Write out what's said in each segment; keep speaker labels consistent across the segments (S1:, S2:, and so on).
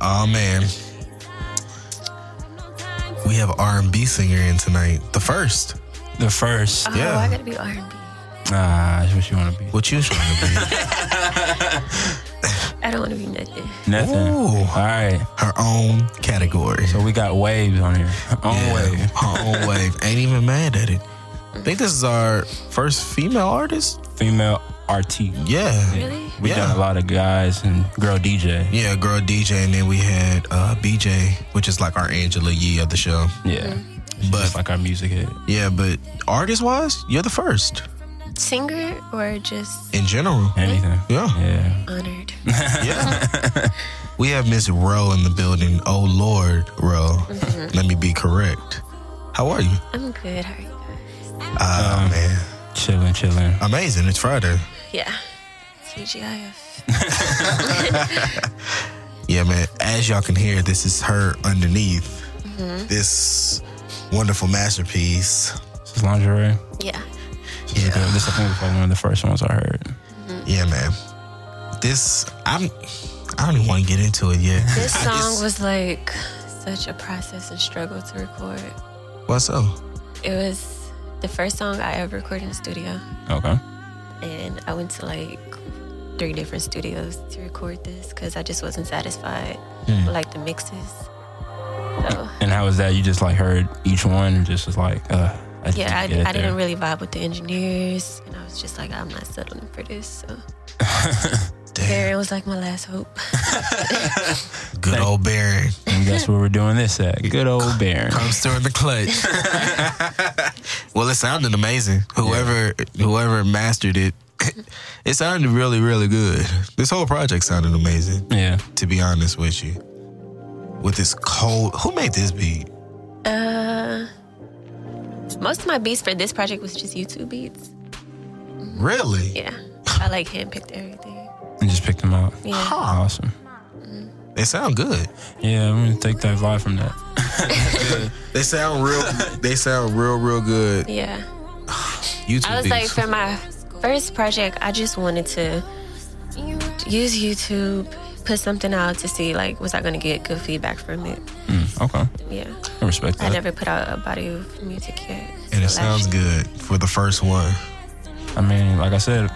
S1: Oh man. We have R and B singer in tonight. The first.
S2: The first.
S3: Oh,
S1: Yeah.
S3: I gotta be R&B.
S2: Ah, that's what you want to be.
S1: What you trying to be?
S3: I don't want to be nothing.
S2: Nothing.
S1: Ooh.
S2: All right.
S1: Her own category.
S2: So we got waves on here. On
S1: Yeah,
S2: wave.
S1: Her own wave. Ain't even mad at it. I think this is our first female artist.
S2: Female RT.
S1: Yeah.
S3: Really?
S2: We
S1: Yeah.
S2: done a lot of guys and girl DJ.
S1: Yeah, girl DJ, and then we had uh, BJ, which is like our Angela Yee of the show.
S2: Yeah.
S1: But
S2: It's like our music hit.
S1: yeah, but artist wise, you're the first
S3: Singer or just
S1: in general.
S2: Anything.
S1: Yeah,
S2: Yeah.
S3: honored?
S1: yeah. we have Miss Rowe in the building. Oh Lord, Rowe.
S3: Mm-hmm.
S1: Let me be correct. How are you?
S3: I'm good. How are you guys?
S1: Ah man,
S2: Chilling, chilling.
S1: amazing! It's Friday.
S3: Yeah. TGIF.
S1: Yeah, man. As y'all can hear, this is her underneath
S3: Mm-hmm.
S1: this wonderful masterpiece.
S2: This is lingerie.
S3: Yeah.
S2: This, is good. this I think was probably one of the first ones I heard.
S3: Mm-hmm.
S1: Yeah, man. This I'm. I don't even want to get into it yet.
S3: This
S1: I
S3: song
S1: just-
S3: was like such a process and struggle to record.
S1: What's up?
S3: It was the first song I ever recorded in the studio,
S2: Okay.
S3: and I went to like three different studios to record this because I just wasn't satisfied with like the mixes. So
S2: And how was that? You just like heard each one and just was like, uh, I just
S3: yeah, I,
S2: didn't get it
S3: I
S2: there.
S3: didn't really vibe with the engineers, and I was just like, I'm not settling for this. So
S1: Damn,
S3: Barry was like my last hope.
S1: good old Baron
S2: And that's where we're doing this at. Good old Baron.
S1: comes through in the clutch. well, it sounded amazing. Whoever whoever mastered it, it sounded really really good. This whole project sounded amazing.
S2: Yeah.
S1: To be honest with you, with this cold, who made this beat?
S3: Uh, most of my beats for this project was just YouTube beats.
S1: Really?
S3: Yeah, I like handpicked everything.
S2: And just picked them out.
S3: Yeah.
S2: Awesome.
S1: They sound good.
S2: Yeah, I'm gonna take that vibe from that.
S1: They sound real. they sound real real good.
S3: Yeah.
S1: YouTube.
S3: I was
S1: beats.
S3: like, for my first project, I just wanted to use YouTube, put something out to see, like, was I going to get good feedback from it?
S2: Mm, okay.
S3: Yeah.
S2: I respect
S3: I
S2: that.
S3: never put out a body of music yet.
S1: Uh, and it
S3: So, like,
S1: sounds good for the first one.
S2: I mean, like I said,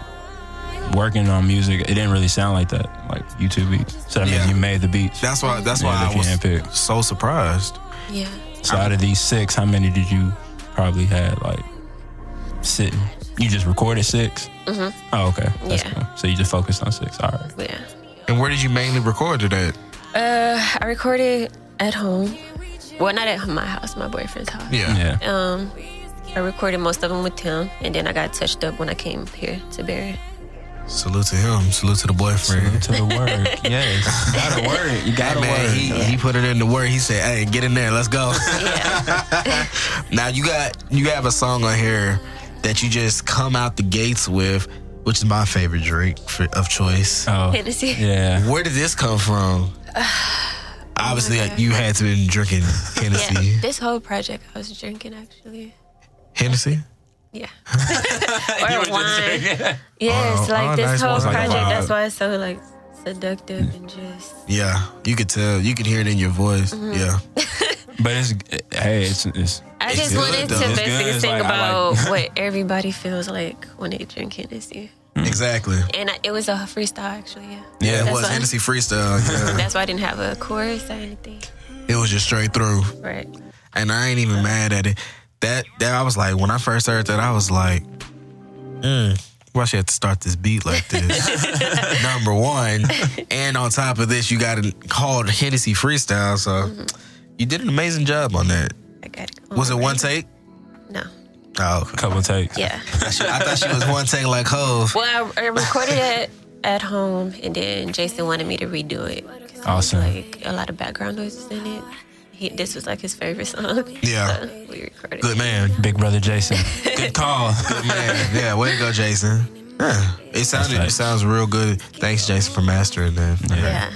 S2: working on music, it didn't really sound like that. Like YouTube beats. So that
S1: Yeah.
S2: means you made the beats.
S1: That's why. That's
S2: Yeah,
S1: why
S2: they
S1: I was
S2: can't pick.
S1: so surprised.
S3: Yeah.
S2: So out of these six, how many did you probably had like sitting? You just recorded 6 Mm-hmm. Oh, okay. That's
S3: Yeah.
S2: cool. So you just focused on six. All right.
S3: Yeah.
S1: And where did you mainly record it at?
S3: Uh, I recorded at home. Well, not at my house, my boyfriend's house.
S1: Yeah.
S2: Yeah.
S3: Um, I recorded most of them with him, and then I got touched up when I came here to Barry.
S1: Salute to him. Salute to the boyfriend.
S2: To the work. Yes. gotta work. You gotta
S1: Man, he, he put it in the word. He said, "Hey, get in there. Let's go."
S3: Yeah.
S1: now you got you have a song on here that you just come out the gates with, which is my favorite drink for, of
S3: Uh.
S1: choice.
S2: oh.
S3: Hennessy.
S2: Yeah.
S1: Where did this come from? Obviously, you had to been drinking Hennessy.
S3: Yeah, this whole project I was drinking actually.
S1: Hennessy.
S3: Yeah. or wine. Yes,
S1: Oh,
S3: like
S1: oh,
S3: this
S1: nice
S3: whole
S1: wine. Like a
S3: project.
S1: vibe.
S3: That's why it's so like seductive and just
S1: Yeah, you could tell. You could hear it in your voice.
S3: Mm-hmm.
S1: Yeah.
S2: But it's hey, it's, it's
S3: I
S1: It's
S3: just
S1: good,
S3: wanted
S1: though.
S3: to
S1: It's
S3: basically
S2: good. It's
S3: think
S2: like, I
S3: about
S2: like-
S3: what everybody feels like when they drink Hennessy.
S1: Exactly.
S3: And I, it was a freestyle actually. Yeah.
S1: Yeah, it
S3: Mm. That's
S1: was
S3: why-
S1: Hennessy freestyle. yeah.
S3: That's why I didn't have a chorus or anything.
S1: it was just straight through,
S3: Right.
S1: and I ain't even mad at it. That that I was like, when I first heard that, I was like, mm, why she had to start this beat like this? Number one, and on top of this, you got it called Hennessy freestyle. So you did an amazing job on that.
S3: I got it.
S1: Was it one take?
S3: No.
S1: Oh, okay.
S2: couple takes.
S3: Yeah.
S1: I thought she was one take like Hove.
S3: Well, I, I recorded it at home, and then Jason wanted me to redo it. 'cause there was,
S2: Awesome.
S3: Like a lot of background noises in it. He, this was like his favorite song.
S1: Yeah.
S3: So we recorded.
S1: Good man.
S2: Big brother Jason. Good call.
S1: Man, yeah, way to go, Jason. Yeah, it sounded it
S2: right.
S1: sounds real good. Thanks, Jason, for mastering that.
S3: Yeah.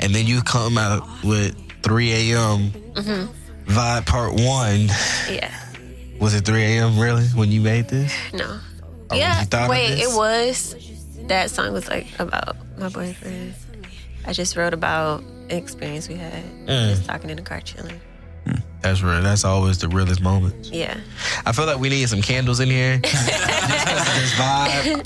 S1: And then you come out with 3 a.m.
S3: Mm-hmm.
S1: vibe part one.
S3: Yeah.
S1: Was it 3 a.m. really when you made this?
S3: No.
S1: Oh, you
S3: yeah.
S1: thought of
S3: Wait,
S1: this?
S3: it was. That song was like about my boyfriend. I just wrote about an experience we had,
S1: Mm.
S3: just talking in the car, chilling.
S1: That's real. That's always the realest moments.
S3: Yeah.
S1: I feel like we need some candles in here. this vibe.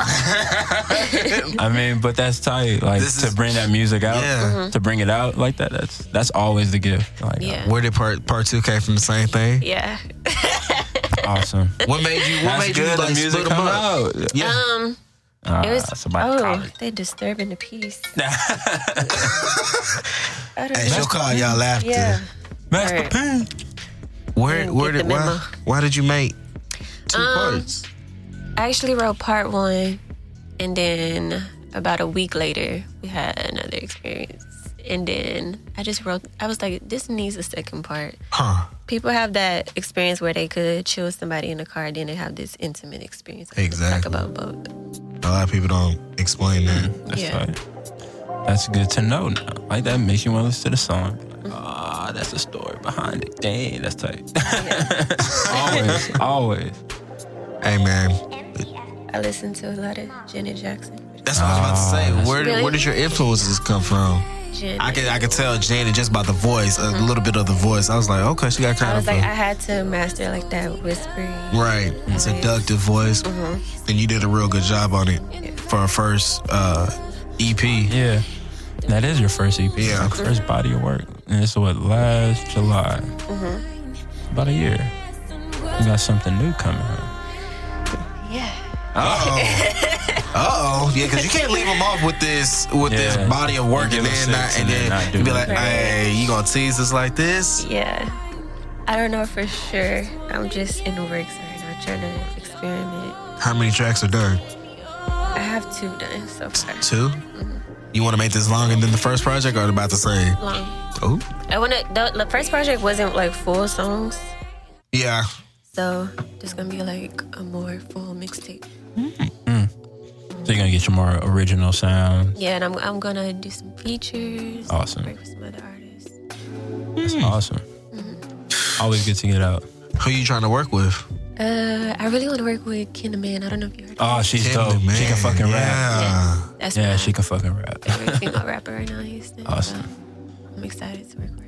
S2: I mean, but that's tight. Like
S1: This
S2: to
S1: is-
S2: bring that music out,
S1: Yeah.
S2: to bring it out like that. That's that's always the gift. Like
S3: Mm-hmm. Yeah.
S1: Where did part part two came from? The same thing.
S3: Yeah.
S2: uh, awesome.
S1: What made you? What
S2: That's
S1: made you
S2: good.
S1: like
S2: the music
S1: split them
S2: come
S1: up?
S2: out.
S1: Yeah.
S3: Um,
S2: Ah,
S1: Uh,
S3: it was.
S2: somebody
S3: Oh,
S2: called.
S3: they disturbing the peace. I don't
S1: Hey,
S3: know.
S1: she'll call y'all after.
S3: Yeah.
S2: Master
S3: Alright.
S2: P.
S1: Where?
S3: Mm,
S1: Where
S3: get
S1: did?
S3: the
S1: Why?
S3: memo.
S1: Why did you make two
S3: Um,
S1: parts?
S3: I actually wrote part one, and then about a week later, we had another experience. And then I just wrote, I was like, this needs a second part.
S1: Huh?
S3: People have that experience where they could chill with somebody in the car, then they have this intimate experience. I wanna Talk
S1: Exactly.
S3: about both.
S1: A lot of people don't explain that.
S2: That's
S3: Yeah.
S2: right. That's good to know now. Like that makes you want to listen to the song.
S3: Mm-hmm.
S2: Ah, that's the story behind it. Dang, that's tight. always, always. Mm-hmm.
S1: Hey man,
S3: I listened to a lot of Janet Jackson.
S1: Ah, that's what I was about to say. Where?
S3: Really?
S1: Where did your influences come from?
S3: Janet.
S1: I could. I could tell Janet just by the voice, a little bit of the voice. I was like, okay, she got
S3: Uh-huh. I
S1: kind
S3: was
S1: of
S3: like, I Mm-hmm.
S1: a,
S3: had to master like that whispery.
S1: right seductive voice,
S3: Mm-hmm.
S1: and you did a real good job on it for a first uh, EP.
S2: Yeah. That is your first EP.
S1: Yeah.
S2: Your first body of work. And it's what, last July? About a year. You got something new coming huh?
S3: Yeah.
S1: Uh oh, yeah, because you can't leave them off with this with this
S2: Yeah.
S1: body of work
S2: You
S1: and
S2: give 'em
S1: then
S2: six
S1: not, and
S2: and
S1: then,
S2: then not do
S1: you be
S2: it.
S1: like,
S3: Right.
S1: hey, you gonna tease us like this?
S3: Yeah. I don't know for sure. I'm just in the works right now, trying to experiment.
S1: How many tracks are done?
S3: I have two done so far.
S1: Two.
S3: Mm-hmm.
S1: You want to make this longer than the first project, or about the same?
S3: Long.
S1: Oh,
S3: I wanna. The, the first project wasn't like full songs,
S1: yeah.
S3: so there's gonna be like a more full mixtape.
S2: So you're going to get your more original sound.
S3: Yeah, and I'm I'm gonna do some features.
S2: Awesome.
S3: Work with some other artists.
S2: It's
S1: Mm-hmm.
S2: awesome. Always good to get out.
S1: Who you trying to work with?
S3: Uh, I really want to work with Kinda Man. I don't know if you heard. of
S2: Oh,
S3: him.
S2: she's
S1: Tim
S2: dope.
S1: the
S2: She
S1: man,
S2: can fucking rap.
S1: yeah.
S3: That's
S2: Ah, Yeah,
S3: my
S2: she can fucking rap.
S3: favorite female rapper right now. in Houston. so
S2: Awesome.
S3: uh, I'm excited to work with her.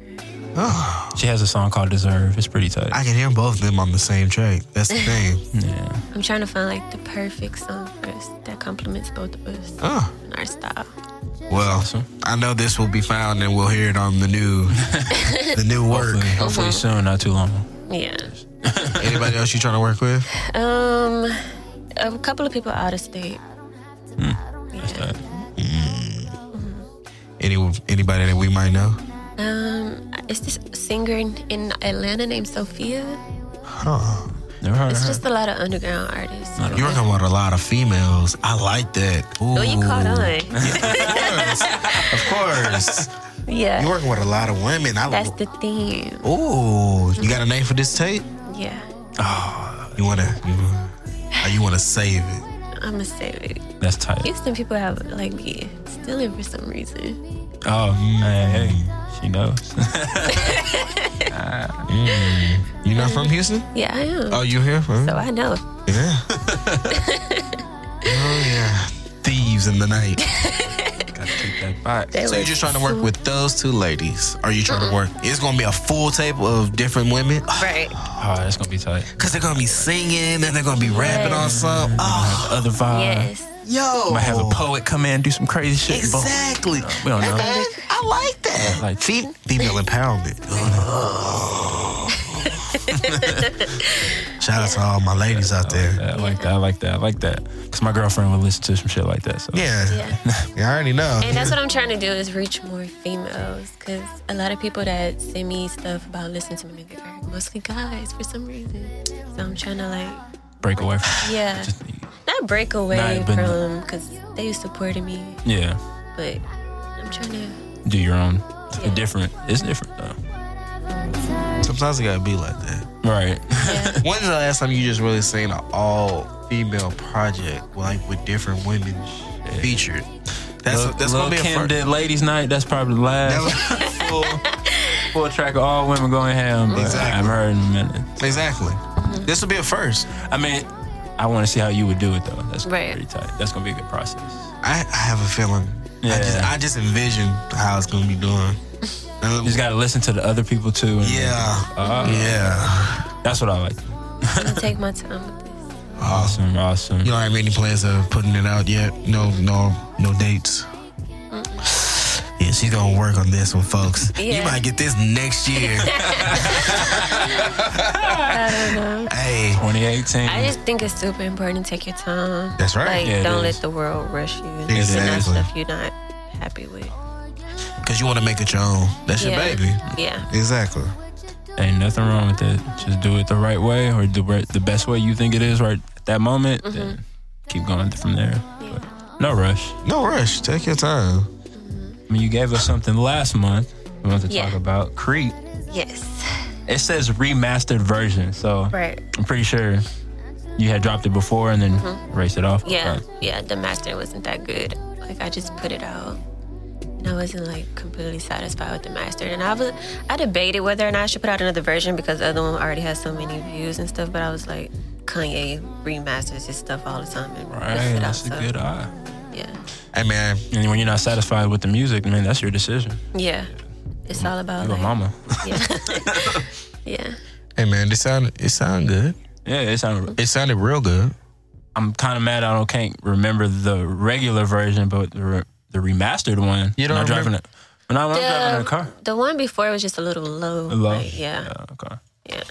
S1: Oh,
S2: she has a song called Deserve. It's pretty tight.
S1: I can hear both of them on the same track. That's the thing.
S2: yeah.
S3: I'm trying to find like the perfect song for us that complements both of us
S1: Oh,
S3: and our style.
S1: well,
S2: Awesome.
S1: I know this will be found and we'll hear it on the new, the new work.
S2: Hopefully, hopefully soon, not too long.
S3: Yeah.
S1: Anybody else you trying to work with?
S3: Um, a couple of people out of state. Yeah.
S2: But
S1: Any anybody that we might know?
S3: Um, is this singer in, in Atlanta named Sophia?
S1: Huh.
S2: never heard
S3: It's
S2: of her.
S3: just a lot of underground artists.
S2: Not
S1: You're talking about a lot of females. I like that. Ooh.
S3: Oh, you caught on.
S1: Of course.
S3: Yeah.
S1: You're working with a lot of women. I
S3: That's the theme.
S1: Ooh, you got a name for this tape?
S3: Yeah.
S1: Oh, you wanna, you wanna, oh, you wanna save it?
S3: I'm gonna say it.
S2: That's tight.
S3: Houston people have like me stealing for some reason.
S2: Oh man, hey, she knows.
S1: You not from Houston?
S3: Yeah, I am.
S1: Oh, you here? Huh?
S3: So I know.
S1: Yeah. oh yeah, thieves in the night.
S2: Gotta take that box.
S3: They
S1: So you're
S3: was
S1: just trying to work with those two ladies? Are you trying to work? It's gonna be a full tape of different women,
S3: right.
S2: Oh, that's gonna be tight.
S1: cause they're gonna be singing and they're gonna be rapping on some. Oh,
S2: Other vibe.
S3: Yes.
S1: yo,
S2: Might have a poet come in and do some crazy shit. Boom.
S1: Exactly.
S2: We don't know.
S1: Man, I like that.
S2: Yeah, like-
S1: Fe- female empowerment. Shout out to all my ladies out there.
S2: Yeah, I like that. I like that. I like that. Cause my girlfriend would listen to some shit like that. So
S1: Yeah.
S3: Yeah.
S1: yeah, I already know.
S3: And that's what I'm trying to do is reach more females because a lot of people that send me stuff about listening to my music are mostly guys for some reason. So I'm trying to like,
S2: break away. From,
S3: yeah,
S2: just,
S3: not break away
S2: Nah, but-
S3: from because they supported me,
S2: yeah.
S3: but I'm trying to.
S2: Do your own.
S3: Yeah.
S2: It's different. It's different though.
S1: Sometimes it gotta be like that.
S2: Right.
S3: Yeah.
S1: When's the last time you just really seen an all female project, like with different women featured? That's
S2: Lil-
S1: that's
S2: Lil
S1: gonna be
S2: Kim
S1: a first.
S2: did Ladies Night. That's probably the
S1: That
S2: last
S1: was-
S2: full, full track of all women going ham. But
S1: Exactly.
S2: I haven't heard in a minute.
S1: exactly. This will be a first.
S2: I mean, I want to see how you would do it though. That's
S3: Right.
S2: pretty tight. That's gonna be a good process.
S1: I, I have a feeling I just
S2: Yeah.
S1: I just envision how it's gonna be doing. Uh,
S2: You just gotta listen to the other people too. and-
S1: yeah,
S2: Ah,
S1: yeah.
S2: That's what I like.
S3: I'm gonna take my time with this.
S2: Awesome, awesome.
S1: You don't have any plans of putting it out yet? No, no, no dates. Yeah, she's gonna work on this one, folks. You
S3: Yeah.
S1: might get this next year.
S3: I don't know.
S1: hey,
S2: 2018.
S3: I just think it's super important to take your time.
S1: That's right.
S3: Like,
S2: Yeah, it
S3: don't
S2: is.
S3: let the world rush you into
S1: Exactly.
S3: stuff you're not happy with.
S1: because you want to make it your own. That's your
S3: Yeah.
S1: baby.
S3: Yeah.
S1: Exactly.
S2: Ain't nothing wrong with it. Just do it the right way or the re- the best way you think it is right at that moment.
S3: Mm-hmm.
S2: Then keep going from there. But no rush.
S1: No rush. Take your time.
S2: I mean, you gave us something last month. We want to
S3: Yeah.
S2: talk about Creep.
S3: Yes.
S2: It says remastered version, so
S3: Right.
S2: I'm pretty sure you had dropped it before and then erased it off.
S3: Mm-hmm. Yeah.
S2: Right.
S3: Yeah. The master wasn't that good. Like I just put it out. And I wasn't like completely satisfied with the master, and I was I debated whether or not I should put out another version because the other one already has so many views and stuff. But I was like, Kanye remasters his stuff all the time and
S2: All
S3: puts
S2: right,
S3: it out.
S2: that's a
S3: So
S2: good eye.
S3: yeah,
S1: Hey man,
S2: And when you're not satisfied with the music, man, that's your decision.
S3: yeah, it's all about
S2: You're a
S3: like,
S2: mama.
S3: yeah, yeah.
S1: hey man, this sound it sound good.
S2: yeah, it sounded.
S1: It sounded real good.
S2: I'm kind of mad I don't can't remember the regular version, but the re- the remastered one.
S1: You don't
S2: when I'm driving
S1: remember-
S2: it. When I'm, when I'm driving in
S3: The,
S2: a car.
S3: the one before was just a little low.
S2: I love-
S3: like, yeah,
S2: okay.
S3: yeah.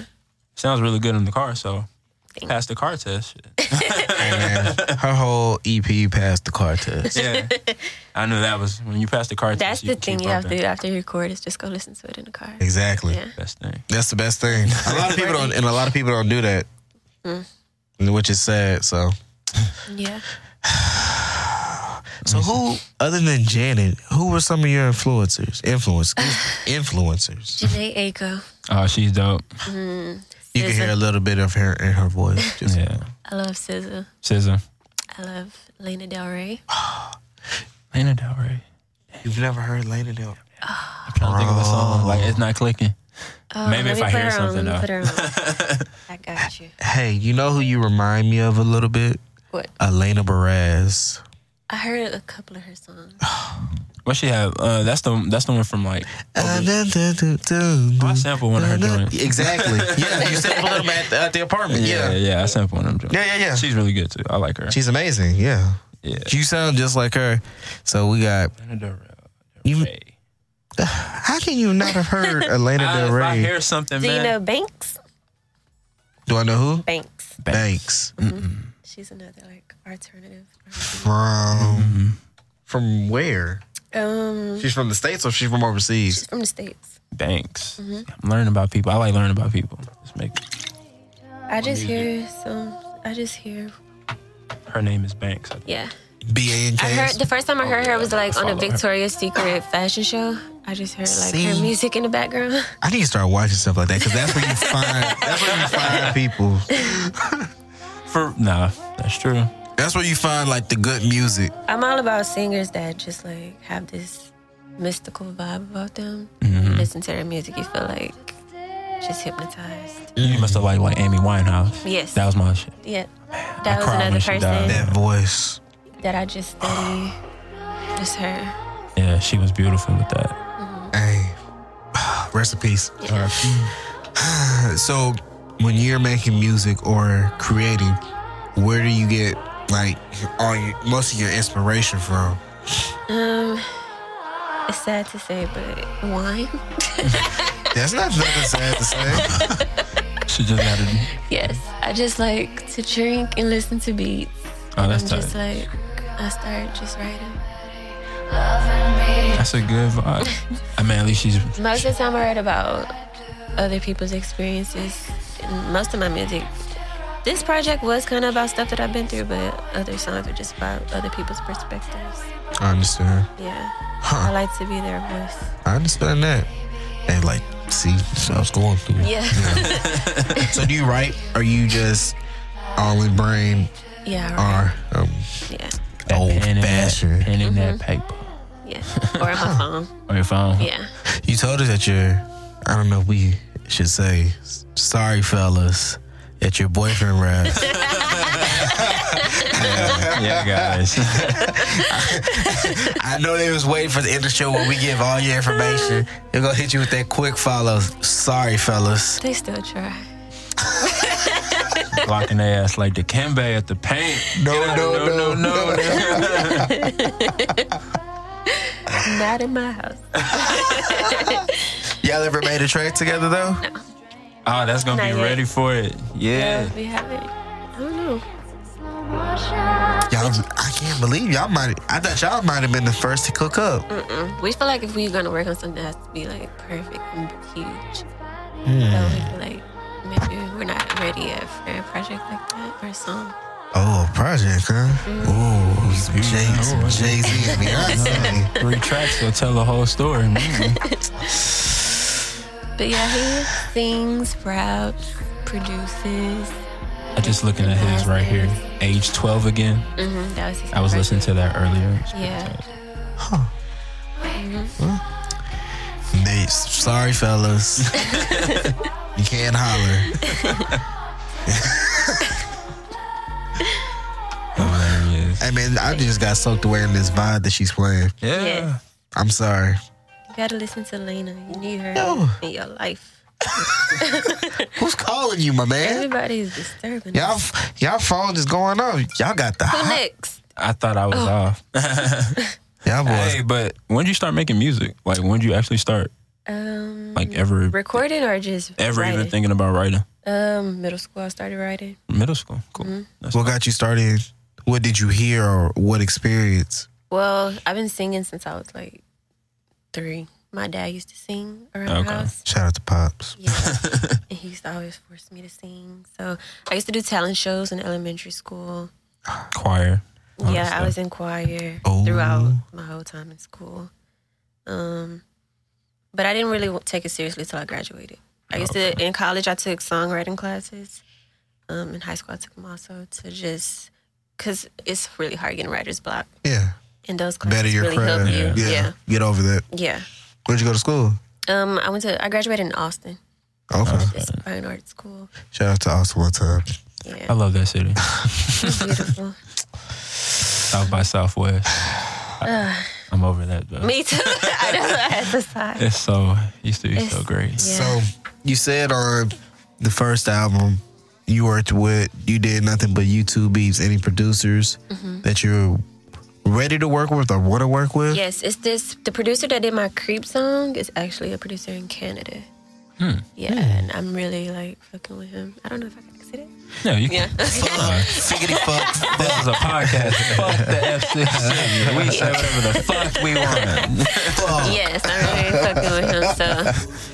S2: Sounds really good in the car, so
S3: Thank
S2: pass the car test.
S1: Hey man, her whole EP passed the car test.
S2: yeah, I knew that was when you pass the car test.
S3: That's the thing
S2: keep
S3: you have to
S2: bumping.
S3: do after you record is just go listen to it in the car.
S1: Exactly.
S3: Yeah.
S2: Best thing.
S1: That's the best thing. A lot of people don't, and a lot of people don't do that, which is sad. So,
S3: Yeah.
S1: so who other than Janet, who were some of your influencers? Influence, influencers.
S3: Janae Aiko.
S2: Oh, she's dope.
S1: You can hear a little bit of her in her voice. Just,
S2: Yeah, uh,
S3: I love SZA.
S2: SZA.
S3: I love Lena Del Rey.
S2: Lana Del Rey.
S1: You've never heard Lana Del.
S2: I'm trying to think of a song like it's not clicking.
S3: Oh,
S2: Maybe
S3: let
S2: if
S3: me
S2: I
S3: put
S2: hear
S3: her
S2: something,
S3: on,
S2: though.
S3: let me put her on. I got you.
S1: Hey, you know who you remind me of a little bit?
S3: What?
S1: Elena Perez.
S3: I heard a couple of her songs.
S2: What she have? Uh, that's the that's the one from like. Oh,
S1: Uh, da- da- da- da-
S2: I sample one of her
S1: da- da-
S2: joints.
S1: Oh, Exactly. Yeah, you sampled them at, at the apartment.
S2: Yeah, yeah,
S1: Yeah.
S2: I sample one of them. joints.
S1: Yeah, yeah, yeah.
S2: She's really good too. I like her.
S1: She's amazing. Yeah.
S2: yeah.
S1: You sound just like her. So we got
S2: Lana Del Rey.
S1: You-
S2: Rey.
S1: How can you not have heard Elena
S2: I,
S1: Del
S2: Ah, if I
S1: Rey?
S2: hear something,
S3: Do you
S2: man.
S3: know Banks?
S1: Do I know who?
S3: Banks.
S1: Banks.
S2: Mm-hmm.
S3: She's another like alternative. R&B.
S1: From
S2: Mm-hmm.
S1: from where?
S3: Um,
S1: She's from the states or she's from overseas?
S3: she's from the states.
S2: Banks.
S3: Mm-hmm.
S2: I'm learning about people. I like learning about people. Just make
S3: I just hear some. I just hear.
S2: her name is Banks. I think.
S3: Yeah.
S1: B A N
S3: I heard
S1: K.
S3: the first time I heard her was like on a
S2: Follow her.
S3: Victoria's Secret fashion show. I just heard like
S1: See?
S3: her music in the background.
S1: I need to start watching stuff like that because that's where you find that's where you find people.
S2: For nah, that's true.
S1: That's where you find like the good music.
S3: I'm all about singers that just like have this mystical vibe about them.
S2: Mm-hmm.
S3: Listen to their music, you feel like just hypnotized.
S2: You must have liked like Amy Winehouse.
S3: Yes.
S2: That was my shit.
S3: Yeah, that was
S2: cried when
S3: another
S2: she died.
S3: person
S1: That voice.
S3: that I just study. Just her.
S2: Yeah, she was beautiful with that.
S1: Hey. Rest in peace. So when you're making music or creating, where do you get like all your, most of your inspiration from?
S3: Um, it's sad to say, but wine.
S1: That's not nothing sad to say.
S2: She just had a.
S3: yes, I just like to drink and listen to beats.
S2: Oh, that's
S3: I'm
S2: tight.
S3: just like I start just writing.
S2: that's a good vibe. I mean, at least she's.
S3: Most of the time, I write about other people's experiences. And most of my music, this project was kind of about stuff that I've been through, but other songs are just about other people's perspectives.
S1: I understand.
S3: Yeah, I
S1: Huh.
S3: like to be their voice.
S1: I understand that. And like, see, so I was going through.
S3: Yeah,
S1: So do you write? Or you just all in brain
S3: yeah, right.
S1: or um,
S3: yeah,
S1: old
S2: pen in that-
S1: fashioned?
S2: pen in that paper
S3: yeah. Or on my phone.
S2: or your phone.
S3: Mm-hmm. Yeah,
S1: You told us that you're. I don't know. if We should say sorry, fellas. That your boyfriend raps.
S2: yeah, yeah, guys.
S1: I know they was waiting for the end of the show where we give all your information. They're gonna hit you with that quick follow. Sorry, fellas.
S3: They still try.
S2: Blocking their ass like the Kembe at the paint.
S1: No, no,
S2: no, no, no.
S3: Not in my house.
S1: Y'all ever made a trade together though?
S2: Oh, that's gonna
S3: Not
S2: be
S3: yet.
S2: ready for it. Yeah.
S3: We haven't. I don't know.
S1: Y'all, I can't believe y'all might. I thought y'all might have been the first to cook up.
S3: Mm-mm. We feel like if we're gonna work on something, it has to be like perfect and huge. So we feel like maybe we're not ready yet for a project like that or a song.
S1: Oh, a project, huh? Ooh, Jay Jay Z and Beyonce.
S2: Three tracks will tell the whole story. man.
S3: But yeah, he sings, raps, produces.
S2: I just looking at his right here. Age 12 again.
S3: Mm-hmm. That was his
S2: I was listening to that earlier.
S3: Yeah.
S1: Nate, sorry, fellas. you can't holler.
S2: Oh, there he is.
S1: I mean, I just got soaked away in this vibe that she's playing.
S2: Yeah.
S3: Yes.
S1: I'm sorry.
S3: You gotta listen to Lena. You need her
S1: No.
S3: in your life.
S1: Who's calling you, my man?
S3: Everybody's disturbing.
S1: Y'all,
S3: us.
S1: y'all phone is going off. Y'all got the
S3: Who
S1: hot.
S3: next?
S2: I thought I was
S3: Oh.
S2: off.
S1: Y'all boys.
S2: hey, but when did you start making music? Like, when did you actually start?
S3: Um,
S2: Like, ever,
S3: recording or just
S2: ever
S3: writing?
S2: even thinking about writing?
S3: Um, middle school. I started writing.
S2: Middle school.
S3: Mm-hmm.
S2: Cool. That's
S1: What got you started? What did you hear or what experience?
S3: Well, I've been singing since I was like three. My dad used to sing around
S2: Okay.
S3: the house.
S1: Shout out to Pops.
S3: Yeah. and he used to always force me to sing. So I used to do talent shows in elementary school.
S2: choir. Oh,
S3: yeah,
S2: that's
S3: I was in choir
S1: Oh.
S3: throughout my whole time in school. Um, but I didn't really w- take it seriously until I graduated. I used to in college. I took songwriting classes. Um, in high school, I took them also to just because it's really hard getting writer's block,
S1: Yeah.
S3: and those classes
S1: Better your
S3: really
S1: craft.
S3: help you.
S1: Yeah.
S3: yeah.
S1: Get over that.
S3: yeah.
S1: Where'd you go to school?
S3: Um, I went to I graduated in Austin.
S1: Okay.
S3: It's a fine art school.
S1: Shout out to Austin one time.
S2: I
S1: Oh.
S3: Yeah,
S2: love that city.
S3: it's beautiful.
S2: South by Southwest. I, am over that though.
S3: Me too. I know I had to sigh.
S2: It's so used to be so
S3: It's-
S2: great.
S3: Yeah.
S1: So you said on the first album you worked with, you did nothing but YouTube beats. Any producers
S3: Mm-hmm.
S1: that you're ready to work with or want to work with?
S3: Yes, it's this. The producer that did my creep song is actually a producer in Canada.
S1: Hmm.
S3: Yeah, and I'm really like fucking with him. I don't know if I can say that.
S2: Yeah, you
S3: Yeah.
S2: can. Fuck.
S1: Figgity fuck.
S2: This is a podcast. fuck the FCC. We say whatever the fuck we want.
S3: Yes, I'm really fucking with him. So,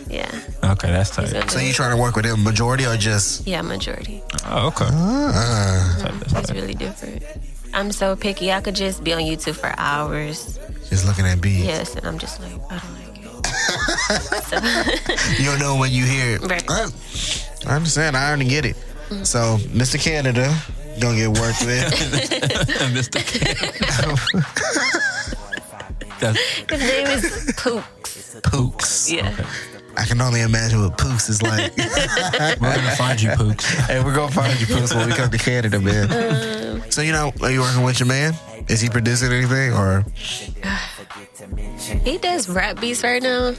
S3: yeah.
S2: Okay, that's
S3: he's
S2: tight.
S3: gonna
S1: So
S3: do
S1: you
S3: it.
S1: trying to work with him majority or just
S3: Yeah, majority.
S2: Oh, okay.
S1: uh,
S2: That's
S3: It's
S2: tight.
S3: really different. I'm so picky. I could just be on YouTube for hours.
S1: just looking at beats?
S3: Yes, and I'm just like, I don't like it.
S1: You don't know when you hear it.
S3: Right. Mm-hmm.
S1: I, I understand. I already get it. So, Mr. Canada, gonna get worked with.
S2: Mr. K. that's
S3: His name is Pooks.
S1: Pooks.
S3: Yeah.
S1: I can only imagine what Pooks is like.
S2: we're gonna find you, Pooks.
S1: hey, we're gonna find you, Pooks, when we come to Canada, man. so, you know, are you working with your man? Is he producing anything or?
S3: He does rap beats right now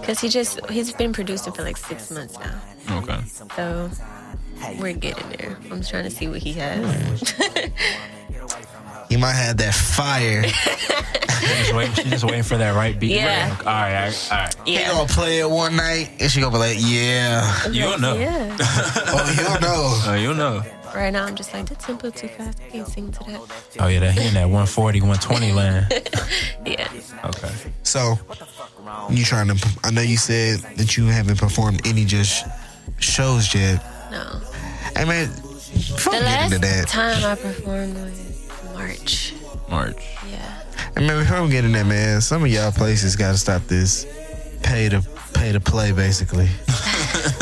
S3: because he just he's been producing for like six months now.
S2: Okay.
S3: So we're getting there. I'm trying to see what he has.
S1: He might have that fire.
S2: Just waiting, she's just waiting for that right beat.
S3: Yeah.
S2: All right, all right.
S1: He
S3: yeah.
S1: gonna play it one night and she gonna be like, yeah.
S2: You'll know.
S3: Yeah.
S1: Oh, you don't know.
S2: Oh, you'll know.
S3: Right now I'm just like the tempo too fast. I can't sing to that.
S2: Oh, yeah, that, he in that 140, 120 land.
S3: Yeah.
S2: Okay.
S1: So, you trying to? I know you said that you haven't performed any just shows yet.
S3: No.
S1: Hey man, fuck
S3: The
S1: getting to
S3: last
S1: that.
S3: time I performed was March.
S2: March.
S3: Yeah.
S1: I mean, before I'm getting that, man, some of y'all places got to stop this pay to pay to play, basically.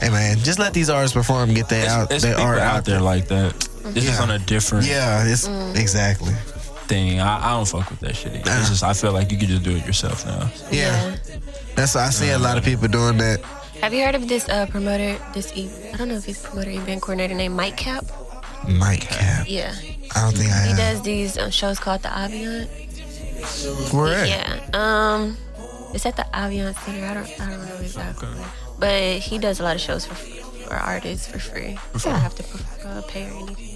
S1: hey, man, just let these artists perform, get their out,
S2: There's
S1: their
S2: people
S1: art
S2: out,
S1: out there.
S2: there like that. This is
S1: Yeah.
S2: on a different
S1: Yeah, it's
S3: Mm.
S1: exactly.
S2: thing. I, I don't fuck with that shit. Either.
S1: Uh-uh.
S2: It's just I feel like you could just do it yourself now.
S1: Yeah, that's why I see a lot
S2: Mm.
S1: of people doing that.
S3: Have you heard of this uh, promoter? This e- I don't know if he's a promoter, event coordinator named Mike Cap.
S1: Nightcap.
S3: Yeah,
S1: I don't think I
S3: he
S1: have.
S3: does these um, shows called the Avion.
S1: Where at?
S3: Yeah, um, it's at the Avion Center. I don't, I don't know exactly, but he does a lot of shows for for artists for free. So I don't have to uh, pay or anything.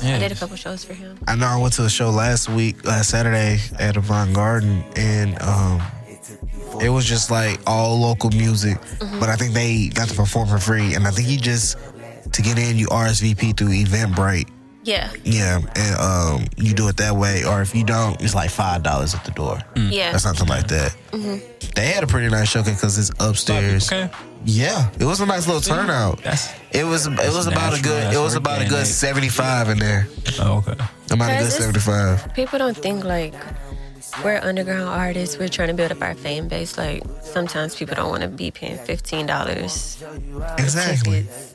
S3: I did a couple shows for him.
S1: I know I went to a show last week, last Saturday at Avant Garden, and um, it was just like all local music.
S3: Mm-hmm.
S1: But I think they got to perform for free, and I think you just to get in, you RSVP through Eventbrite.
S3: Yeah,
S1: Yeah, and um, you do it that way, or if you don't, it's like five dollars at the door
S2: Mm.
S3: yeah. Mm-hmm.
S1: or something like that. They had a pretty nice show because it's upstairs.
S2: Okay.
S1: Yeah, it was a nice little turnout.
S2: That's
S1: It was it was about a
S2: natural,
S1: good it
S2: that's
S1: was about a good
S2: organic.
S1: seventy five in there.
S2: oh, okay.
S1: About a good
S3: Guys, it's-
S1: seventy five.
S3: People don't think like we're underground artists. We're trying to build up our fan base. Like sometimes people don't want to be paying fifteen dollars
S1: Exactly.
S3: tickets.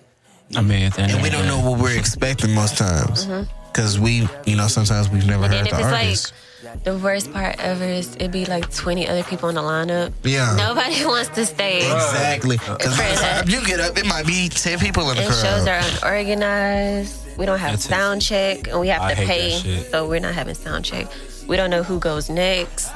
S2: I mean, at the end
S1: And
S2: of
S1: we
S2: the
S1: don't
S2: day-
S1: know what we're expecting most times. Because we, you know, sometimes we've never
S3: Mm-hmm.
S1: heard
S3: And if
S1: the
S3: it's
S1: artist.
S3: like the worst part ever is it'd be like twenty other people in the lineup.
S1: Yeah.
S3: Nobody wants to stay.
S1: exactly. Because by the
S3: Right.
S1: time you get up, it might be 10 people in the
S3: And shows
S1: crowd.
S3: are unorganized. We don't have
S2: uh, That's it.
S3: sound check, and we have
S2: I
S3: to
S2: hate that
S3: pay,
S2: shit.
S3: so we're not having sound check. We don't know who goes next.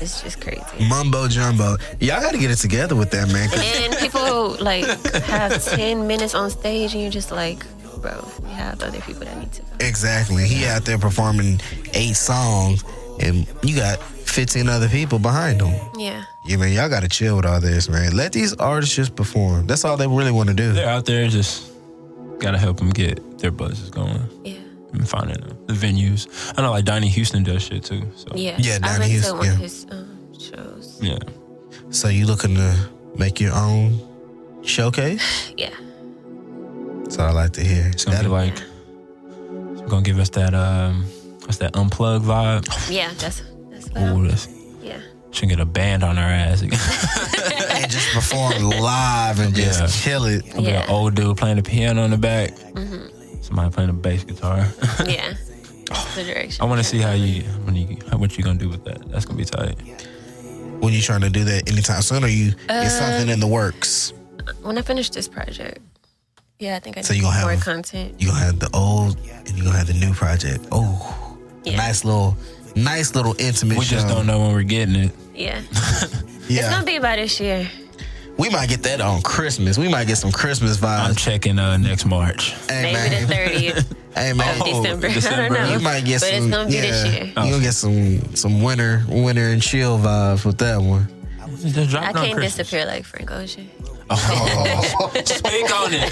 S3: It's just crazy.
S1: Mumbo jumbo. Y'all got to get it together with that, man. 'cause
S3: And people like have ten minutes on stage, and you're just like, bro, we have other people that need to go.
S1: exactly. He out there performing eight songs, and you got 15 other people behind him.
S3: Yeah,
S1: Yeah, man, y'all got to chill with all this, man. Let these artists just perform. That's all they really want to do.
S2: They're out there just gotta help them get their buzzes going
S3: yeah,
S2: and finding them. the venues. I know like Donnie Houston does shit too. So
S3: yeah.
S1: Yeah, Donnie
S3: I went to
S1: Houston,
S3: one
S1: yeah.
S3: of his um, shows.
S2: yeah.
S1: So you looking to make your own showcase?
S3: Yeah,
S1: That's what I like to hear.
S2: It's gonna
S1: That'll-
S2: be like it's gonna give us that um what's that unplugged vibe.
S3: yeah. That's that's what I'm-
S2: Ooh, that's
S3: yeah.
S2: should get a band on our ass.
S1: and just perform live and just
S2: Yeah.
S1: kill it.
S2: Be
S3: Yeah. Mm-hmm.
S2: an old dude playing the piano in the back. Somebody playing the bass guitar.
S3: Yeah. That's the direction.
S2: I want to see how you when you how, what you gonna do with that. That's gonna be tight.
S1: When you trying to do that anytime soon, or you it's
S3: Uh,
S1: something in the works.
S3: When I finish this project, yeah, I think I need
S1: So you gonna have
S3: more
S1: a-
S3: content.
S1: You gonna have the old and you gonna have the new project. Oh,
S3: Yeah.
S1: nice little, nice little intimate.
S2: We just
S1: show.
S2: don't know when we're getting it.
S3: Yeah, it's
S1: Yeah,
S3: gonna be about this year.
S1: we might get that on Christmas. We might get some Christmas
S2: I'm
S1: vibes.
S2: checking uh, next March.
S1: Hey
S3: Maybe
S1: man,
S3: the thirtieth
S1: hey man.
S3: of December. I
S2: December.
S3: don't know.
S1: Oh, You might get
S3: but
S1: some,
S3: it's gonna be
S1: yeah,
S3: this year.
S2: Oh.
S1: You gonna get some some winter, winter and chill vibes with that one.
S2: Just drop
S3: I
S2: it on
S3: can't
S2: Christmas.
S3: disappear like Frank Ocean.
S2: Speak on it.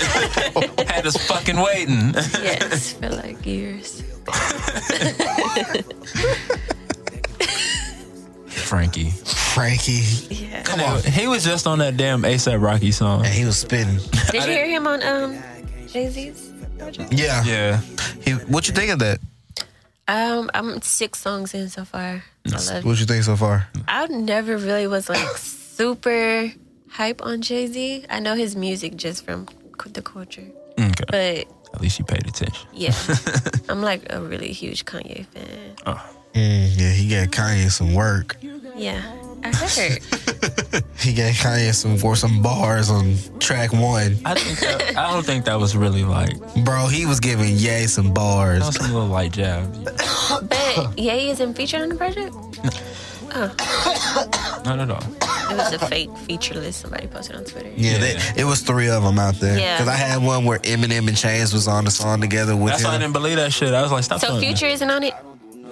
S2: Had us fucking waiting.
S3: Yes, for like years.
S2: Frankie.
S1: Frankie,
S3: Yeah.
S2: Come on. He was just on that damn ASAP Rocky song.
S1: and he was spitting.
S3: Did you hear him on um Jay Z's?
S1: Yeah,
S2: Yeah.
S1: He, what you think of that?
S3: Um, I'm six songs in so far. I love.
S1: What you think so far?
S3: I never really was like super hype on Jay Z. I know his music just from cu- the culture,
S2: Okay.
S3: but
S2: At least you paid attention.
S3: yeah, I'm like a really huge Kanye fan.
S2: Oh.
S1: Mm, yeah, he gave Kanye some work.
S3: Yeah, I heard.
S1: He gave Kanye some for some bars on track one.
S2: I think that, I don't think that was really like that
S1: Bro, he was giving Ye some bars.
S2: was some little light jab.
S3: But Ye isn't featured on the project.
S2: Not at all.
S3: It was a fake feature list somebody posted on Twitter.
S1: Yeah,
S2: Yeah.
S1: They, it was three of them out there.
S3: Yeah.
S1: Cause I had one where Eminem and Chains was on the song together with
S2: That's why I
S1: him.
S2: didn't believe that shit. I was like, stop.
S3: So
S2: doing that.
S3: Future isn't on it.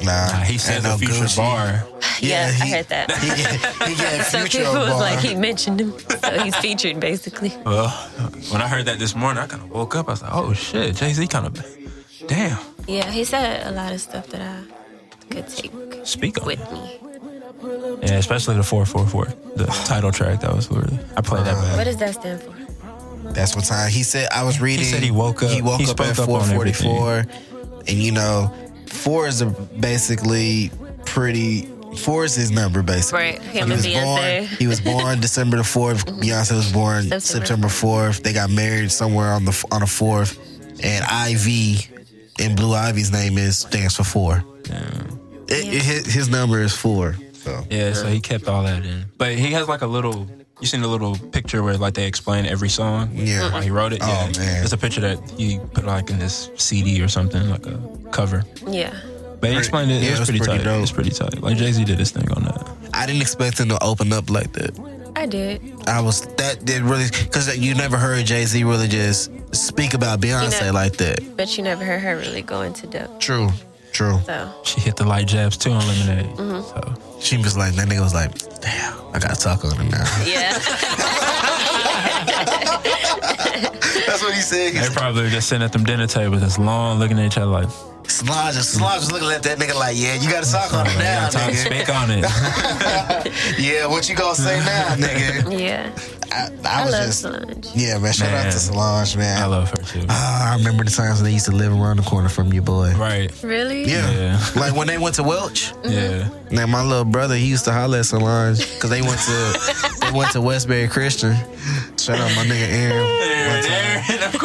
S1: Nah,
S2: He
S1: ain't
S2: said
S1: no
S2: the future
S1: Gucci.
S2: bar.
S1: Yeah,
S3: Yeah, I
S1: he-
S3: heard that.
S1: He gave, he gave
S3: So
S1: Future a
S3: people was
S1: bar.
S3: like, he mentioned him. So he's featured basically.
S2: Well, when I heard that this morning, I kind of woke up. I was like, oh shit, Jay Z kind of. Damn.
S3: Yeah, he said a lot of stuff that I could take
S2: Speak on it.
S3: with me.
S2: Yeah, especially the 444, the title track. That was weird. I played that
S3: What
S2: back.
S3: does that stand for?
S1: That's what time he said. I was reading.
S2: said he woke up.
S1: He woke
S2: He
S1: up at
S2: spoke up on
S1: 4:44, and you know, four is a basically pretty. Four is his number, basically.
S3: Right, him
S1: he
S3: and
S1: was
S3: Beyonce.
S1: born. He was born December the fourth. Beyonce was born
S3: September.
S1: September fourth. They got married somewhere on the on the fourth, and Ivy and Blue Ivy's name is stands for four. It, it, his, his number is four. So
S2: Yeah, so he kept all that in. But he has like a little You seen the little picture where like they explain every song?
S1: Yeah.
S2: Why he wrote it?
S1: Oh,
S2: yeah.
S1: man.
S2: It's a picture that he put like in his CD or something, like a cover.
S3: Yeah.
S2: But he explained it.
S1: yeah,
S2: it was
S1: it's
S2: pretty,
S1: pretty
S2: tight.
S1: dope.
S2: It's pretty tight. Like Jay Z did his thing on that.
S1: I didn't expect him to open up like that.
S3: I did.
S1: I was that did really because you never heard Jay Z really just speak about Beyonce
S3: You know-
S1: like that.
S3: But you never heard her really go into depth.
S1: True, true.
S3: So
S2: She hit the light jabs too on Lemonade. So
S1: She was like that nigga was like, damn, I gotta talk on him now.
S3: Yeah.
S1: That's what he said.
S2: they probably just sitting at them dinner tables, just long looking at each other like,
S1: Slaj, Slaj was looking at that nigga like, yeah, you gotta talk on
S2: "Oh,
S1: him
S2: you
S1: now,
S2: gotta talk,
S1: nigga.
S2: speak on it.
S1: Yeah, what you gonna say now, nigga?
S3: yeah.
S1: I,
S3: I,
S1: I was
S3: love
S1: just,
S3: Solange.
S1: yeah, man. Shout out
S2: Man.
S1: to Solange, man.
S2: I love her too.
S1: Ah, I remember the times when they used to live around the corner from your boy.
S2: Right.
S3: Really?
S1: Yeah.
S2: Yeah.
S1: like when they went to Welch.
S2: Yeah.
S1: Now my little brother, he used to holler at Solange because they went to they went to Westbury Christian. Shout out my nigga Aaron. One time.
S2: of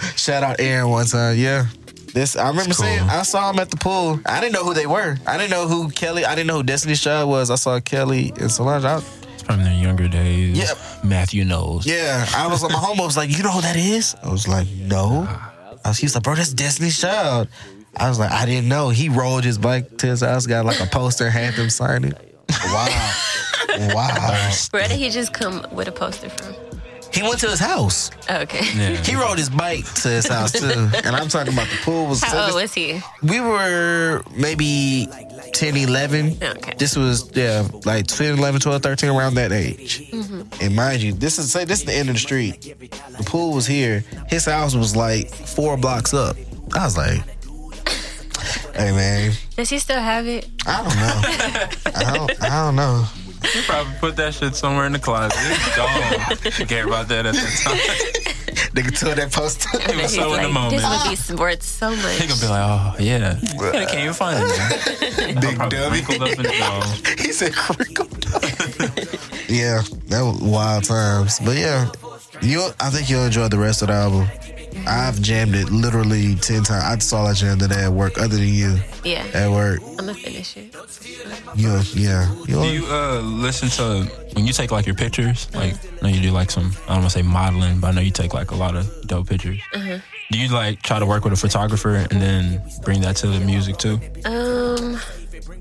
S2: course.
S1: Shout out Aaron one time. Yeah. This I remember
S2: It's cool.
S1: seeing I saw him at the pool. I didn't know who they were. I didn't know who Kelly I didn't know who Destiny's Child was. I saw Kelly and Solange. I,
S2: It's from their younger days.
S1: Yep.
S2: Matthew knows.
S1: yeah. I was like my homie was like, You know who that is? I was like, No. I was, he was like, Bro, that's Destiny's Child. I was like, I didn't know. He rolled his bike to his house, got like a poster, had them sign it. Wow. wow.
S3: Where did he just come with a poster from? Oh,
S1: He went to his house.
S3: Okay.
S2: Yeah.
S1: He rode his bike to his house too. and I'm talking about the pool was.
S3: How old was he?
S1: we were maybe 10, 11.
S3: Okay.
S1: This was yeah, like 10, 11, 12, 13, around that age.
S3: Mm-hmm.
S1: And mind you, this is say this is the end of the street. The pool was here. His house was like four blocks up. I was like, hey man,
S3: Does he still have it?
S1: I don't know. I don't, I don't know.
S2: You probably put that shit somewhere in the closet. It's gone. care about that at the time.
S1: Nigga tore that poster.
S3: And
S2: was
S3: he's
S2: so in the
S3: like,
S2: moment.
S3: This would be worth so much.
S2: He gonna be like, oh yeah. I can't even find it. man."
S1: Big
S2: Probably
S1: dummy.
S2: wrinkled up and gone.
S1: he said crinkled up. yeah, that was wild times. But yeah, you I think you'll enjoy the rest of the album. I've jammed it literally ten times. I saw I jammed it at work. Other than you
S3: yeah.
S1: at work,
S3: I'm gonna finish it.
S1: you yeah, you
S2: Do you uh listen to when you take like your pictures? Like I know you do like some I don't want to say modeling, but I know you take like a lot of dope pictures. Do you like try to work with a photographer and then bring that to the music too?
S3: Um,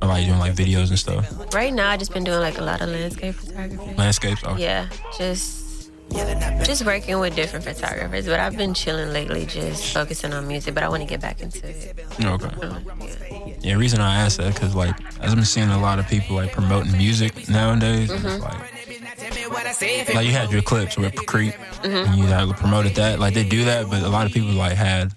S2: Or like doing like videos and stuff,
S3: right now I just been doing like a lot of landscape photography.
S2: landscapes. Oh,
S3: Yeah, just just working with different photographers. But I've been chilling lately, just focusing on music. But I want to get back into it.
S2: Okay.
S3: Um, yeah.
S2: Yeah, the reason I asked that because like I've been seeing a lot of people like promoting music nowadays. and it's like,
S3: Mm-hmm.
S2: like you had your clips with Creep, and you like, promoted that. Like they do that, but a lot of people like had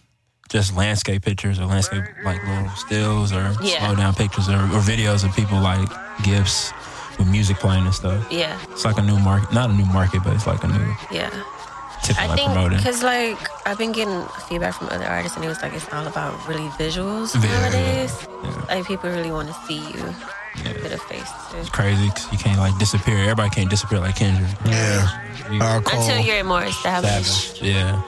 S2: just landscape pictures or landscape like little stills or
S3: Yeah.
S2: slow down pictures or, or videos of people like gifts with music playing and stuff.
S3: yeah,
S2: It's like a new market, not a new market, but it's like a new
S3: yeah.
S2: tip
S3: I
S2: like
S3: think
S2: promoting.
S3: because like I've been getting feedback from other artists, and it was like it's all about really visuals
S2: Yeah.
S3: nowadays.
S2: Yeah.
S3: Like people really want to see you with a face.
S2: It's crazy 'cause you can't like disappear. Everybody can't disappear like Kendrick.
S1: yeah.
S2: You-
S1: Uh, Cole,
S3: Until you're more established.
S2: Savage. Yeah.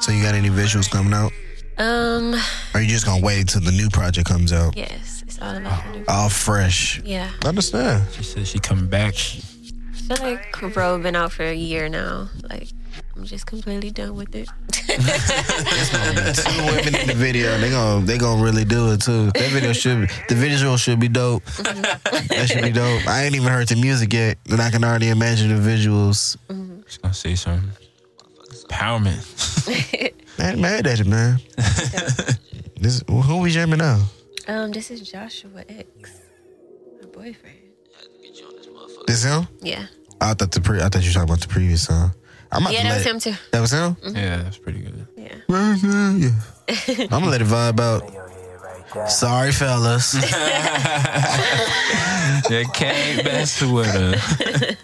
S1: so you got any visuals coming out?
S3: Um,
S1: Or you just gonna wait till the new project comes out?
S3: yes, it's all about.
S2: Oh.
S3: the new-
S1: All fresh.
S3: Yeah,
S1: Understand?
S2: She said she coming back.
S3: I feel like Row been out for a year now. Like I'm just completely done with it.
S1: Two women in the video, they gonna they gonna really do it too. That video should be, the visual should be dope. that should be dope. I ain't even heard the music yet, and I can already imagine the visuals.
S2: She's gonna see some empowerment.
S1: I ain't mad at it, man. this who we jamming now?
S3: um, this is Joshua X, my boyfriend.
S1: This him?
S3: Yeah,
S1: I thought the pre- I thought you talking about the previous song. I'm about to
S3: yeah, that
S1: let it-
S3: was him Mm-hmm. too.
S1: That was him.
S2: yeah, that's pretty good.
S3: Yeah,
S1: yeah. I'm gonna let it vibe out. Sorry, fellas.
S2: They came best with her. uh,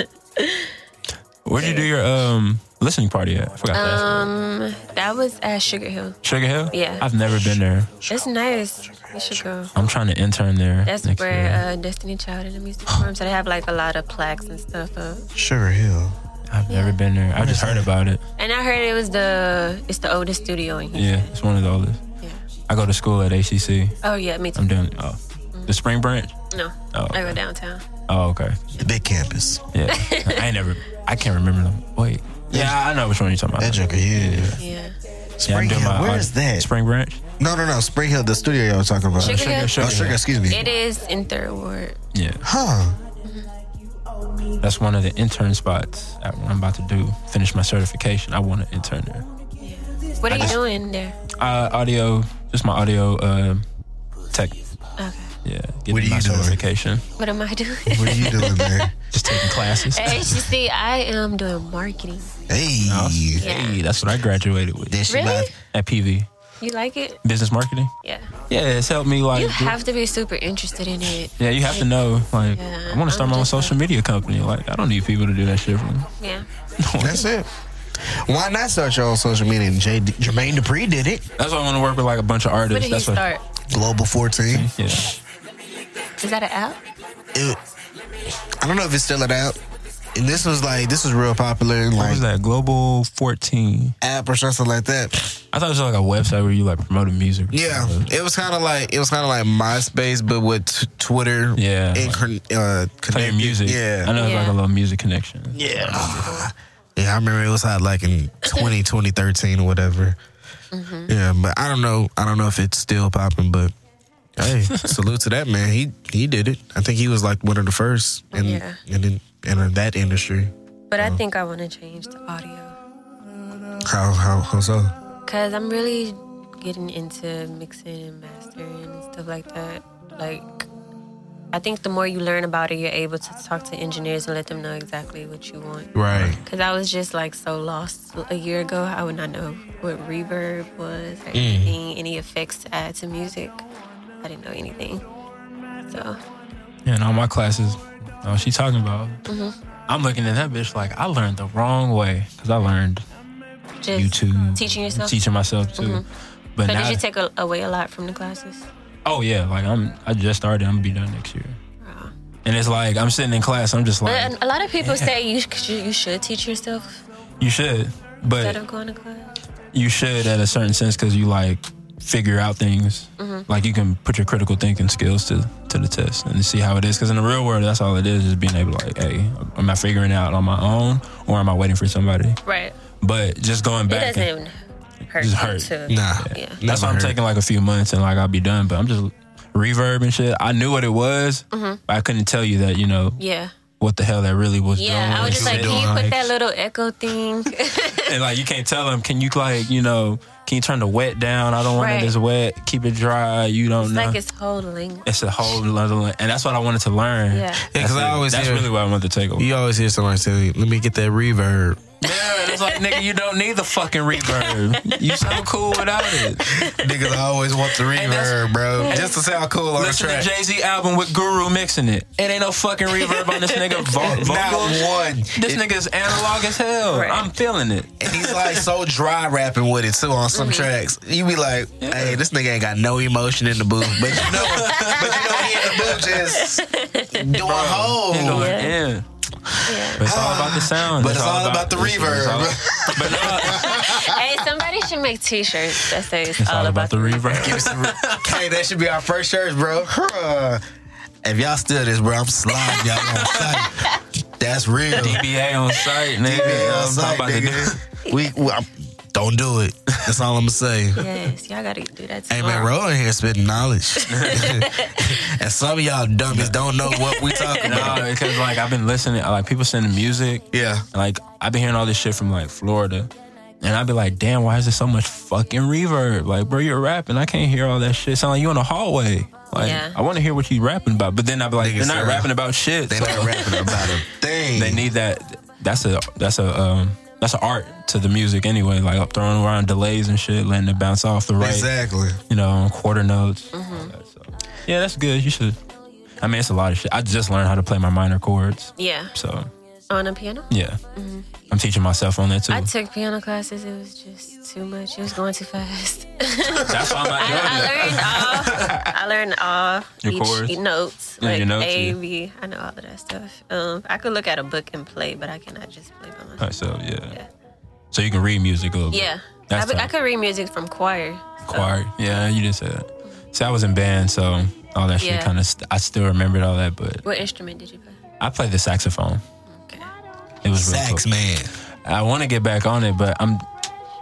S2: Where'd you do your um listening party at? I forgot to ask.
S3: um, that was at Sugar Hill.
S2: Sugar Hill?
S3: yeah.
S2: I've never been there.
S3: It's nice. You should go.
S2: I'm trying to intern there.
S3: That's
S2: next
S3: where
S2: year.
S3: uh, Destiny Child and the music form. So they have like a lot of plaques and stuff. Up.
S1: Sugar Hill.
S3: uh,
S2: I've never been there. I just heard about it.
S3: And I heard it was the it's the oldest studio in here.
S2: Yeah, it's one of the oldest.
S3: Yeah.
S2: I go to school at
S1: Um,
S2: ACC.
S3: Oh yeah, me too.
S2: I'm doing oh, uh, the Spring Branch.
S3: No,
S2: Oh,
S3: I go
S2: okay.
S3: downtown.
S2: Oh, okay.
S1: The big campus.
S2: Yeah. I ain't never. I can't remember them. Wait. Yeah, I know which one you're talking about.
S1: That joker, yeah.
S3: Yeah,
S2: Yeah, I'm
S1: Spring
S2: doing
S1: Hill.
S2: my.
S1: Where is that?
S2: Spring Branch.
S1: No, no, no. Spring Hill, the studio y'all was talking about.
S3: Sugar Hill?
S1: Oh, Sugar, excuse me.
S3: it is in Third Ward.
S2: Yeah.
S1: Huh.
S2: That's one of the intern spots at what I'm about to do. Finish my certification. I want to intern there.
S3: Yeah. What are you doing there?
S2: Uh, audio, just my audio uh, tech.
S3: Okay.
S2: Yeah, getting
S1: What are
S2: my
S1: you doing?
S2: certification.
S3: What am I doing?
S1: What are you doing there?
S2: Just taking classes.
S3: Hey, you see, I am doing marketing.
S1: Hey.
S3: Yeah.
S2: Hey, that's what I graduated with
S1: Then she
S3: Really?
S1: left.
S2: at PV
S3: You like it?
S2: business marketing.
S3: Yeah.
S2: Yeah, it's helped me like.
S3: You
S2: do-
S3: have to be super interested in it.
S2: yeah, you have to know. Like,
S3: Yeah,
S2: I want to start
S3: I'm
S2: my own
S3: just
S2: social media company. Like, I don't need people to do that shit for me.
S3: Yeah.
S1: That's it. Why not start your own social media? J- Jermaine Dupree did it.
S2: That's why I want to work with like a bunch of artists.
S3: Where did you
S2: that's
S3: start?
S1: Global 14.
S2: What, yeah.
S3: Is that an app?
S2: Mm-hmm.
S1: It, I don't know if it's still it out. And this was like, this was real popular in
S2: What
S1: like
S2: was that? Global 14.
S1: app or something like that.
S2: I thought it was like a website where you like promoted music. or
S1: Yeah.
S2: something.
S1: It was kind of like, it was kind of like MySpace, but with t- Twitter.
S2: Yeah.
S1: And, con- uh,
S2: Play
S1: connected.
S2: your music. I
S1: Yeah.
S2: know it's like a
S3: Yeah.
S2: little music connection.
S1: Yeah. Yeah, I remember it was hot like in 20, 2013 or whatever.
S3: Mm-hmm.
S1: Yeah, but I don't know. I don't know if it's still popping, but hey, salute to that man. He he did it. I think he was like one of the first in
S3: Yeah.
S1: in, in, in that industry.
S3: But
S2: Uh-huh.
S3: I think I want to change the audio
S1: How how how so?
S3: because I'm really getting into mixing and mastering and stuff like that. Like, I think the more you learn about it, you're able to talk to engineers and let them know exactly what you want.
S1: Right.
S3: Cause I was just like so lost a year ago. I would not know what reverb was or
S2: Mm.
S3: anything, any effects to add to music. I didn't know anything. So
S2: Yeah, and all my classes, oh, she talking about.
S3: Mm-hmm.
S2: I'm looking at that bitch like I learned the wrong way because I learned
S3: just
S2: YouTube,
S3: teaching yourself. Mm-hmm.
S2: teaching myself too. But
S3: so
S2: now,
S3: did you take a, away a lot from the classes?
S2: oh yeah, like I'm, I just started. I'm gonna be done next year.
S3: Wow.
S2: And it's like I'm sitting in class. I'm just like,
S3: But a lot of people say you sh- you should teach yourself
S2: you should,
S3: instead
S2: but
S3: of going to class.
S2: you should at a certain sense because you like figure out things.
S3: Mm-hmm.
S2: Like you can put your critical thinking skills to to the test and see how it is. Because in the real world, that's all it is: is being able to like, hey, am I figuring it out on my own or am I waiting for somebody?
S3: Right.
S2: But just going
S3: It
S2: back, and-
S3: doesn't hurt.
S2: Just
S3: you
S2: hurt.
S3: To,
S1: Nah.
S3: Yeah.
S2: That's why
S1: Never
S2: I'm
S1: heard.
S2: taking like a few months and like I'll be done. But I'm just reverb and shit. I knew what it was, but I couldn't tell you that you know
S3: Mm-hmm. Yeah.
S2: what the hell that really was doing.
S3: Yeah. I was just
S2: what
S3: like,
S2: you
S3: can
S2: were
S3: you
S2: doing,
S3: put
S2: like-
S3: that little echo thing?
S2: And like you can't tell them. Can you like you know? Can you turn the wet down? I don't want
S3: Right.
S2: it as wet. Keep it dry. You don't
S3: it's
S2: know.
S3: like
S2: it's,
S3: it's whole language.
S2: a whole other, and that's what I wanted to learn.
S3: Yeah. Yeah, 'cause
S2: That's
S4: I
S2: really-
S4: always
S2: That's
S4: hear-
S2: really what I wanted to take away.
S4: You always hear somebody say, "Let me get that reverb."
S2: Yeah, it's like nigga, you don't need the fucking reverb. You so cool without it.
S4: Niggas always want the reverb, bro, just to sound cool on
S2: Listen
S4: the
S2: to
S4: track.
S2: Jay Z album with Guru mixing it. It ain't no fucking reverb on this nigga vo-
S1: Not
S2: vocals.
S1: one.
S2: This nigga's analog as hell.
S3: Right.
S2: I'm feeling it.
S1: And he's like so dry rapping with it too on some tracks. You be like, hey, this nigga ain't got no emotion in the booth. But you know, but you know he in the booth just doing whole.
S2: You know,
S3: Yeah.
S2: yeah.
S3: Yeah.
S2: But it's all about the sound.
S1: But it's all about the
S2: it's- it's
S1: reverb.
S2: all- but no,
S3: hey, somebody should make T-shirts that say it's,
S2: it's all about the reverb.
S1: hey, that should be our first shirts, bro. Huh. If y'all still this, bro, I'm sliding y'all on sight. That's real.
S2: DBA on site, nigga.
S1: Yeah,
S2: I'm
S1: on sight,
S2: about to do-
S1: nigga. We, we I'm- don't do it. That's all I'm gonna say.
S3: Yes, y'all gotta do that.
S1: Hey man,
S3: tomorrow.
S1: Roland here spitting knowledge, and some of y'all dummies don't know what we talking about.
S2: No, because like I've been listening, like people sending music.
S1: Yeah,
S2: Like I've been hearing all this shit from like Florida. And I'd be like, damn, why is there so much fucking reverb? Like, bro, you're rapping. I can't hear all that shit. Sound like you in the hallway. Like,
S3: Yeah.
S2: I want to hear what you rapping about. But then I'd be like,
S1: Niggas
S2: they're not
S1: are-
S2: rapping about shit.
S1: they
S2: so
S1: not rapping about a thing.
S2: they need that. That's a that's a um, that's an art to the music anyway. Like up throwing around delays and shit, letting it bounce off the right,
S1: exactly.
S2: you know, quarter notes.
S3: Mm-hmm.
S2: all that, so. Yeah, that's good. You should. I mean, it's a lot of shit. I just learned how to play my minor chords,
S3: Yeah,
S2: so
S3: on a piano.
S2: yeah, I'm teaching myself on that too.
S3: Mm-hmm. I took piano classes. It was just too much. It was going too fast.
S2: that's why I'm not doing
S3: I
S2: it.
S3: learned all. I learned all
S2: Your
S3: each,
S2: chords?
S3: each notes,
S2: Yeah,
S3: like
S2: your notes,
S3: A,
S2: yeah.
S3: B. I know all of that stuff. Um, I could look at a book and play, but I cannot just play by myself.
S2: Alright, so yeah.
S3: Yeah.
S2: so you can read music a little bit.
S3: Yeah,
S2: That's
S3: I, be- I
S2: tough.
S3: could read music from choir. so-
S2: choir. Yeah, you did say that. See, I was in band, so all that shit
S3: Yeah.
S2: kind of. St- I still remembered all that, but
S3: What instrument did you play?
S2: I played the saxophone.
S3: Okay.
S2: It was really
S1: Sax
S2: cool.
S1: man.
S2: I want to get back on it, but I'm.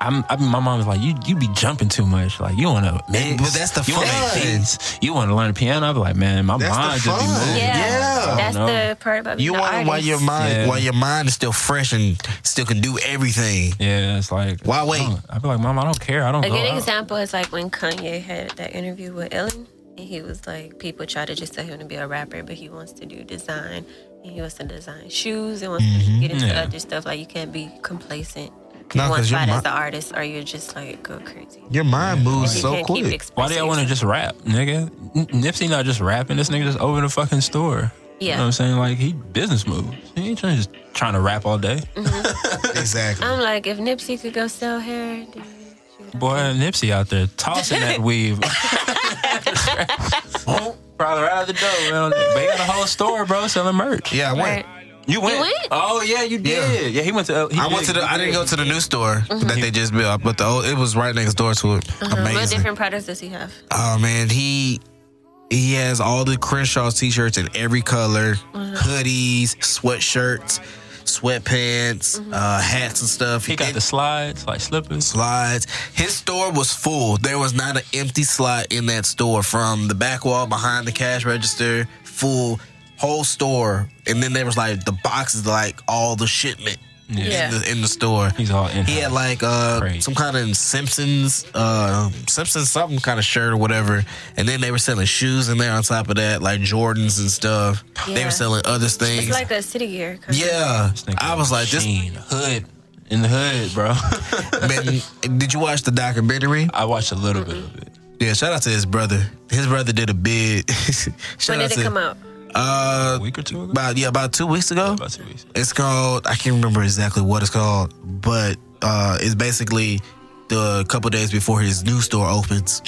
S2: I'm, I mean, my mom was like, "You you be jumping too much. Like you want to
S1: Man,
S2: make,
S1: but that's the
S2: you wanna make
S1: fun.
S2: things. You want to learn the piano. I be like, man, my
S5: That's the
S2: mind just be
S5: fun.
S2: moving.
S3: Yeah.
S1: Yeah.
S3: That's
S2: Oh, no.
S3: the part about
S1: You
S3: being
S1: want
S3: an
S1: it while your
S3: artist.
S1: mind
S2: Yeah.
S1: while your mind is still fresh and still can do everything.
S2: Yeah, it's like
S1: Why wait?
S2: I don't- I be like, mom, I don't care. I don't.
S3: A
S2: go
S3: good
S2: out."
S3: example is like when Kanye had that interview with Ellen, and he was like, people try to just tell him to be a rapper, but he wants to do design, and he wants to design shoes, and wants to get into
S2: Yeah.
S3: other stuff. Like you can't be complacent.
S1: No,
S3: one
S1: 'cause your
S3: side
S1: mi-
S3: as an artist, or you just like go crazy.
S1: Your mind moves
S3: you
S1: so
S3: can't keep
S1: quick.
S2: Why do
S3: expressing
S2: y'all want to
S3: yourself.
S2: just rap, nigga? N- Nipsey not just rapping. This nigga just opened a fucking store. You
S3: Yeah.
S2: know what I'm saying? Like, he business moves. He ain't trying, just trying to rap all day.
S1: Exactly.
S3: I'm like, if Nipsey could go sell hair, then she would-
S2: Boy, Nipsey out there tossing that weave. Probably right out the door, man. But he got a whole store, bro, selling merch.
S1: Yeah, I went.
S3: Right.
S2: You went?
S3: went?
S2: Oh, yeah, you did. Yeah, he went to... L- he
S1: I
S2: did.
S1: went to the. I didn't go to the new store
S3: Mm-hmm.
S1: that they just built, but the old, it was right next door to it.
S3: What
S1: Amazing.
S3: different products does he have?
S1: Oh man, he he has all the Crenshaw t-shirts in every color,
S2: Mm-hmm.
S1: hoodies, sweatshirts, sweatpants, uh, hats and stuff.
S2: Mm-hmm. He got
S1: It-
S2: the slides, like slippers.
S1: slides. His store was full. There was not an empty slot in that store from the back wall behind the cash register, full whole store. And then there was like the boxes like all the shipment
S3: Yeah.
S1: in the in the store.
S2: He's all in.
S1: He had like uh
S2: Crazy.
S1: some kind of Simpsons uh Simpsons something kind of shirt or whatever. And then they were selling shoes in there on top of that, like Jordans and stuff. They
S3: Yeah.
S1: were selling other things.
S3: It's like a city gear. Kind
S1: yeah. I was like, this
S2: Machine, hood. In the hood, bro.
S1: man, did you watch the documentary?
S2: I watched a little bit of it.
S1: Yeah, shout out to his brother. His brother did a bid. shout
S3: When
S1: out
S3: did
S1: to,
S3: it come out?
S1: Uh,
S2: A week or two ago?
S1: about yeah, about two weeks ago.
S2: About two weeks.
S1: It's called I can't remember exactly what it's called, but uh, it's basically the couple days before his new store opens.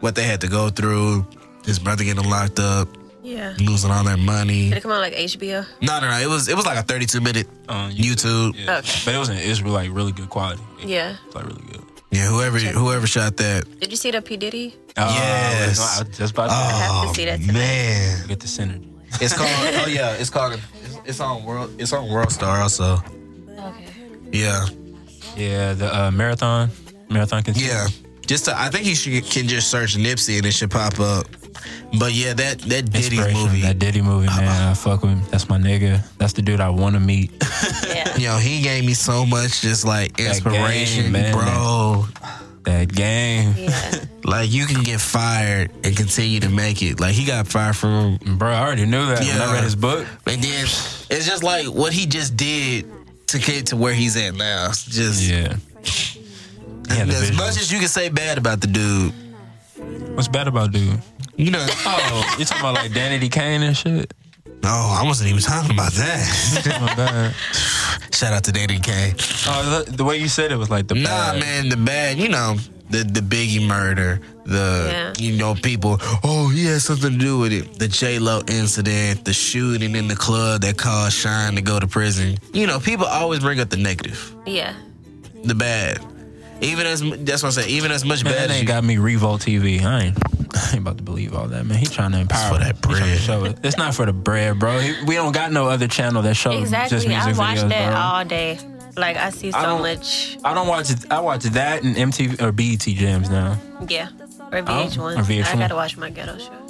S1: What they had to go through, his brother getting locked up,
S3: Yeah.
S1: losing all their money.
S3: Did it come out like HBO?
S1: No, no, no. It was it was like a thirty-two minute
S2: on
S1: YouTube.
S2: Yeah.
S3: Okay.
S2: But it was in Israel, like really good quality.
S3: Yeah.
S2: It's like really good.
S1: Yeah, whoever whoever shot that.
S3: Did you see the P Diddy?
S2: Uh,
S1: Yes. Oh.
S2: no, I was just about
S3: I
S2: to
S3: have to see that. Tonight.
S1: Man,
S2: get the synergy.
S1: it's called. oh yeah, it's called. It's, it's on world. It's on World Star also.
S3: Okay.
S1: Yeah.
S2: Yeah, the uh, marathon. Marathon can
S1: Yeah, just to, I think you should can just search Nipsey and it should pop up. But yeah, that that Diddy's
S2: Inspiration,
S1: movie, Uh-huh.
S2: That Diddy movie, man. I fuck with him. That's my nigga. That's the dude I want to meet.
S3: Yeah.
S1: yo, he gave me so much just like inspiration,
S2: game, man.
S1: bro.
S2: That game.
S3: Yeah.
S1: Like you can get fired and continue to make it. Like he got fired from,
S2: Bro, I already knew that when
S1: Yeah.
S2: I read his book.
S1: and then it's just like what he just did to get to where he's at now. It's Just
S2: Yeah. Yeah, the
S1: as
S2: vision.
S1: much as you can say bad about the dude,
S2: What's bad about dude?
S1: you know.
S2: Oh, you talking about like Danny Kane and shit?
S1: Oh, I wasn't even talking about that.
S2: My bad.
S1: Shout out to Danny Kane.
S2: Oh, the, the way you said it was like the
S1: Nah,
S2: bad.
S1: man, the bad, you know, the the Biggie murder, the
S3: Yeah.
S1: you know people. Oh, he had something to do with it. The J Lo incident, the shooting in the club that caused Shine to go to prison. You know, people always bring up the negative,
S3: Yeah.
S1: the bad. Even as that's what I say. Even as much
S2: Man,
S1: bad
S2: that
S1: as
S2: ain't
S1: you,
S2: got me revolt TV. I ain't, I ain't about to believe all that, man. He trying to empower
S1: for that
S2: me. He tryna
S1: bread.
S2: show it. It's not for the bread, bro. He- we don't got no other channel that shows Um, just
S3: Exactly. I
S2: music
S3: watch
S2: videos,
S3: that uh,
S2: bro.
S3: all day. Like I see so
S2: I don't-
S3: much.
S2: I don't watch. it- I watch that and MTV or BET jams now.
S3: Yeah. Or VH1.
S2: or VH1.
S3: I gotta watch my ghetto shows.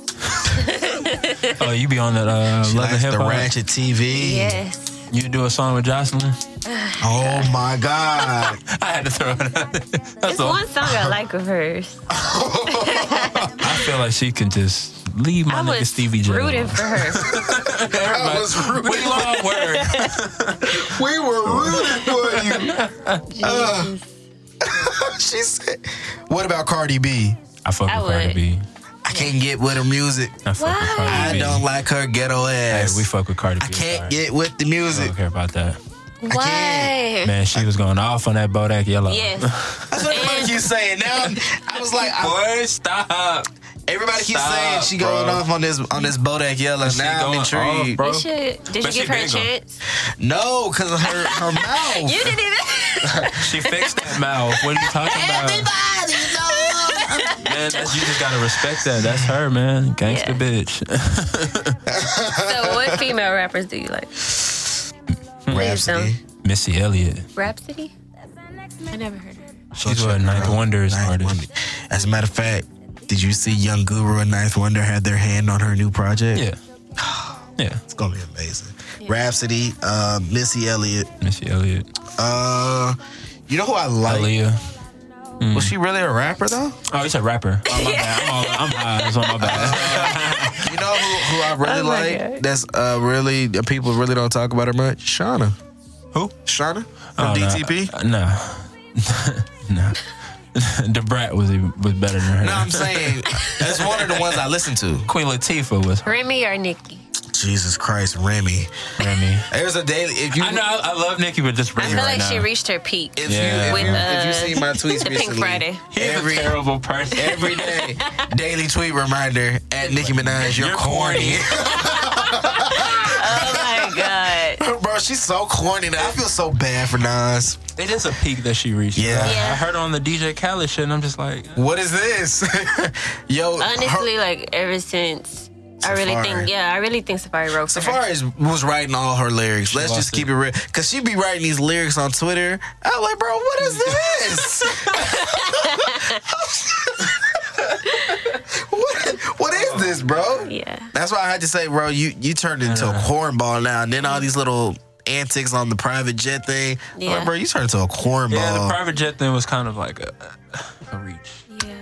S2: Oh, you be on that uh, love and
S1: likes
S2: hip
S1: the
S2: hop.
S1: ratchet TV.
S3: Yes.
S2: You do a song with Jocelyn.
S1: Oh my god,
S2: I had to throw it. out. That's
S3: It's
S2: all.
S3: one song I like of hers.
S2: I feel like she can just leave my
S3: I
S2: nigga
S3: was
S2: Stevie J.
S3: rooting
S2: alone.
S3: for her.
S1: I was rooting.
S2: We long word.
S1: We were rooting for you. Uh,
S3: Jesus.
S1: she said. What about Cardi B?
S2: I fuck
S3: I
S2: with Cardi
S3: would.
S2: B.
S1: I can't get with her music.
S2: I fuck with
S3: Why?
S2: Cardi
S1: I
S2: B.
S1: don't like her ghetto
S2: Hey,
S1: ass.
S2: we fuck with Cardi B.
S1: I can't
S2: sorry. Oh.
S1: get with the
S2: I
S1: music.
S2: don't care about that.
S3: Why?
S2: Man, she was going off on that Bodak Yellow.
S3: Yes.
S1: That's what everybody keeps saying. Now I'm- I was like, I-
S2: Boy, stop.
S1: everybody keeps
S2: Stop,
S1: saying she going
S2: bro.
S1: off on this on this Bodak Yellow.
S2: She
S1: Now I'm
S2: going
S1: intrigued.
S2: off, bro.
S3: You should. Did
S2: But
S3: you
S2: she
S3: give her a
S2: big on-
S3: chance?
S1: no, because her her mouth.
S3: You didn't even.
S2: She fixed that mouth. What are you talking about?
S1: Everybody knows
S2: man, that's, you just gotta respect that. That's her, man. Gangsta
S3: Yeah.
S2: bitch.
S3: So, what female rappers do you like? Please don't.
S1: Rhapsody.
S2: Missy Elliott.
S3: Rhapsody? I never heard of her.
S2: She's what Ninth Wonders
S1: Ninth
S2: artist.
S1: Wonder. As a matter of fact, did you see Young Guru and Ninth Wonder had their hand on her new project?
S2: Yeah. Yeah.
S1: It's gonna be amazing. Rhapsody, uh, Missy Elliott.
S2: Missy Elliott.
S1: Uh, you know who I like?
S2: Aaliyah.
S1: Was she really a rapper though?
S2: Oh, he's a rapper. Oh, my bad. I'm, all, I'm high. It's on my bad.
S1: You know who, who I really
S3: Oh my
S1: like?
S3: God.
S1: That's uh really that people really don't talk about her much. Shauna.
S2: Who?
S1: Shauna from
S2: Oh, no.
S1: DTP.
S2: Uh, No. no. the brat was even, was better than her.
S1: No, I'm saying that's one of the ones I listen to.
S2: Queen Latifah was her.
S3: Remy or Nicki?
S1: Jesus Christ, Remy.
S2: I mean.
S1: There's a daily. If you
S2: I know I, I love Nicki, but just
S3: I
S2: Remy
S3: feel
S2: right
S3: like she
S2: now.
S3: reached her peak.
S1: If you,
S2: Yeah.
S1: if,
S2: With,
S1: you, if you see my
S3: uh,
S1: tweets
S3: the Pink
S1: recently,
S3: Friday.
S2: He's
S1: every
S2: a terrible person.
S1: every day, daily tweet reminder at Nicki Minaj, you're,
S2: You're
S1: corny.
S2: corny.
S3: Oh my god.
S1: Bro, she's so corny. Now. I feel so bad for Nas.
S2: It is a peak that she reached.
S1: Yeah.
S2: I-
S3: Yeah.
S2: I heard on the DJ Khaled shit, and I'm just like,
S1: What is this? Yo, her-
S3: Honestly, like ever since I really
S1: Safari.
S3: think yeah, I really think Safari wrote for her.
S1: Safari is- was writing all her lyrics. Let's
S2: lost
S1: just keep it real. Cause she be writing these lyrics on Twitter. I'm like, bro, what is this? what, what is this, bro?
S3: Yeah.
S1: That's why I had to say, bro, you you turned into a cornball now. And then all these little antics on the private jet thing. I'm like,
S3: Yeah.
S1: bro, you turned into a cornball.
S2: yeah, the private jet thing was kind of like a, a reach.
S3: Yeah.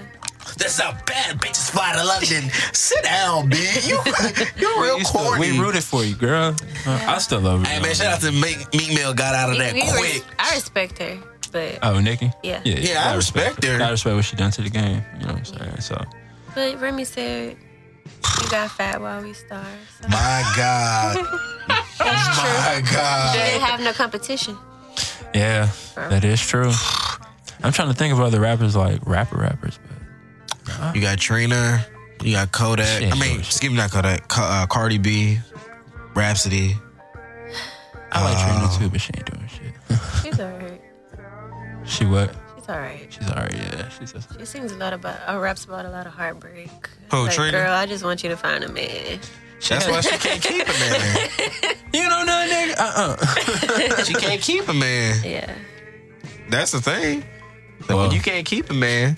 S1: That's how bad bitches fly to London. Sit down, B. You, you're real
S2: You still-
S1: corny.
S2: we rooted for you, girl. Uh, I still love you.
S1: Hey man, shout out to Meek, Meek Mill got out of that
S3: We- we res-
S1: quick. Uh.
S3: I respect her, but
S2: Oh, Nikki?
S3: Yeah.
S1: Yeah, I respect her.
S2: I respect what she done to the game. You know what I'm saying? So
S3: but Remy said you got fat while we starve. So
S1: My God. My
S3: they
S1: God.
S3: didn't have no competition.
S2: yeah, that is true. I'm trying to think of other rappers like rapper rappers, but
S1: You got Trina. You got Kodak.
S2: Yeah,
S1: I mean,
S2: sure.
S1: excuse me, not Kodak. Ca- uh, Cardi B, Rhapsody.
S2: I like
S1: Uh.
S2: Trina too, but she ain't doing shit.
S3: She's alright.
S2: she what?
S3: She's alright.
S2: She's alright. Yeah, she's just.
S3: She sings a lot about, or raps about a lot of heartbreak.
S1: Who,
S3: like,
S1: Trina?
S3: Girl, I just want you to find a man.
S1: That's why she can't keep a man.
S2: You don't know, nigga. Uh uh
S1: She can't keep a man.
S3: Yeah.
S1: That's the thing. Like,
S2: Well.
S1: when you can't keep a man,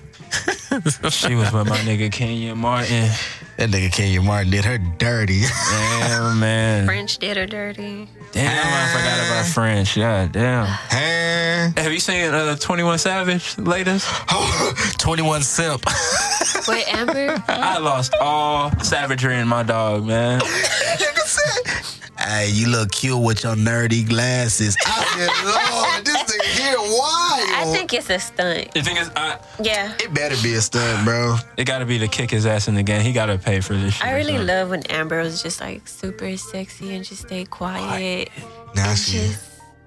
S2: she was with my nigga Kenya Martin.
S1: that nigga Kenya Martin did her dirty.
S2: Damn man.
S3: French did her dirty.
S2: Damn, I forgot about French. Yeah, damn.
S1: Huh?
S2: Have you seen uh, Twenty One Savage latest?
S1: 21 Simp.
S3: Wait, Amber?
S2: I lost all savagery in my dog, man.
S1: Hey, you look cute with your nerdy glasses. I said, Lord, this nigga here
S3: I
S1: wild.
S3: think it's a stunt.
S2: The thing is, I,
S3: Yeah.
S1: it better be a stunt, bro.
S2: it got to be to kick his ass in the game. He got to pay for this. Shit
S3: I really
S2: so.
S3: love when Amber was just like super sexy and just stay quiet.
S1: Now
S3: And
S1: she.
S3: just,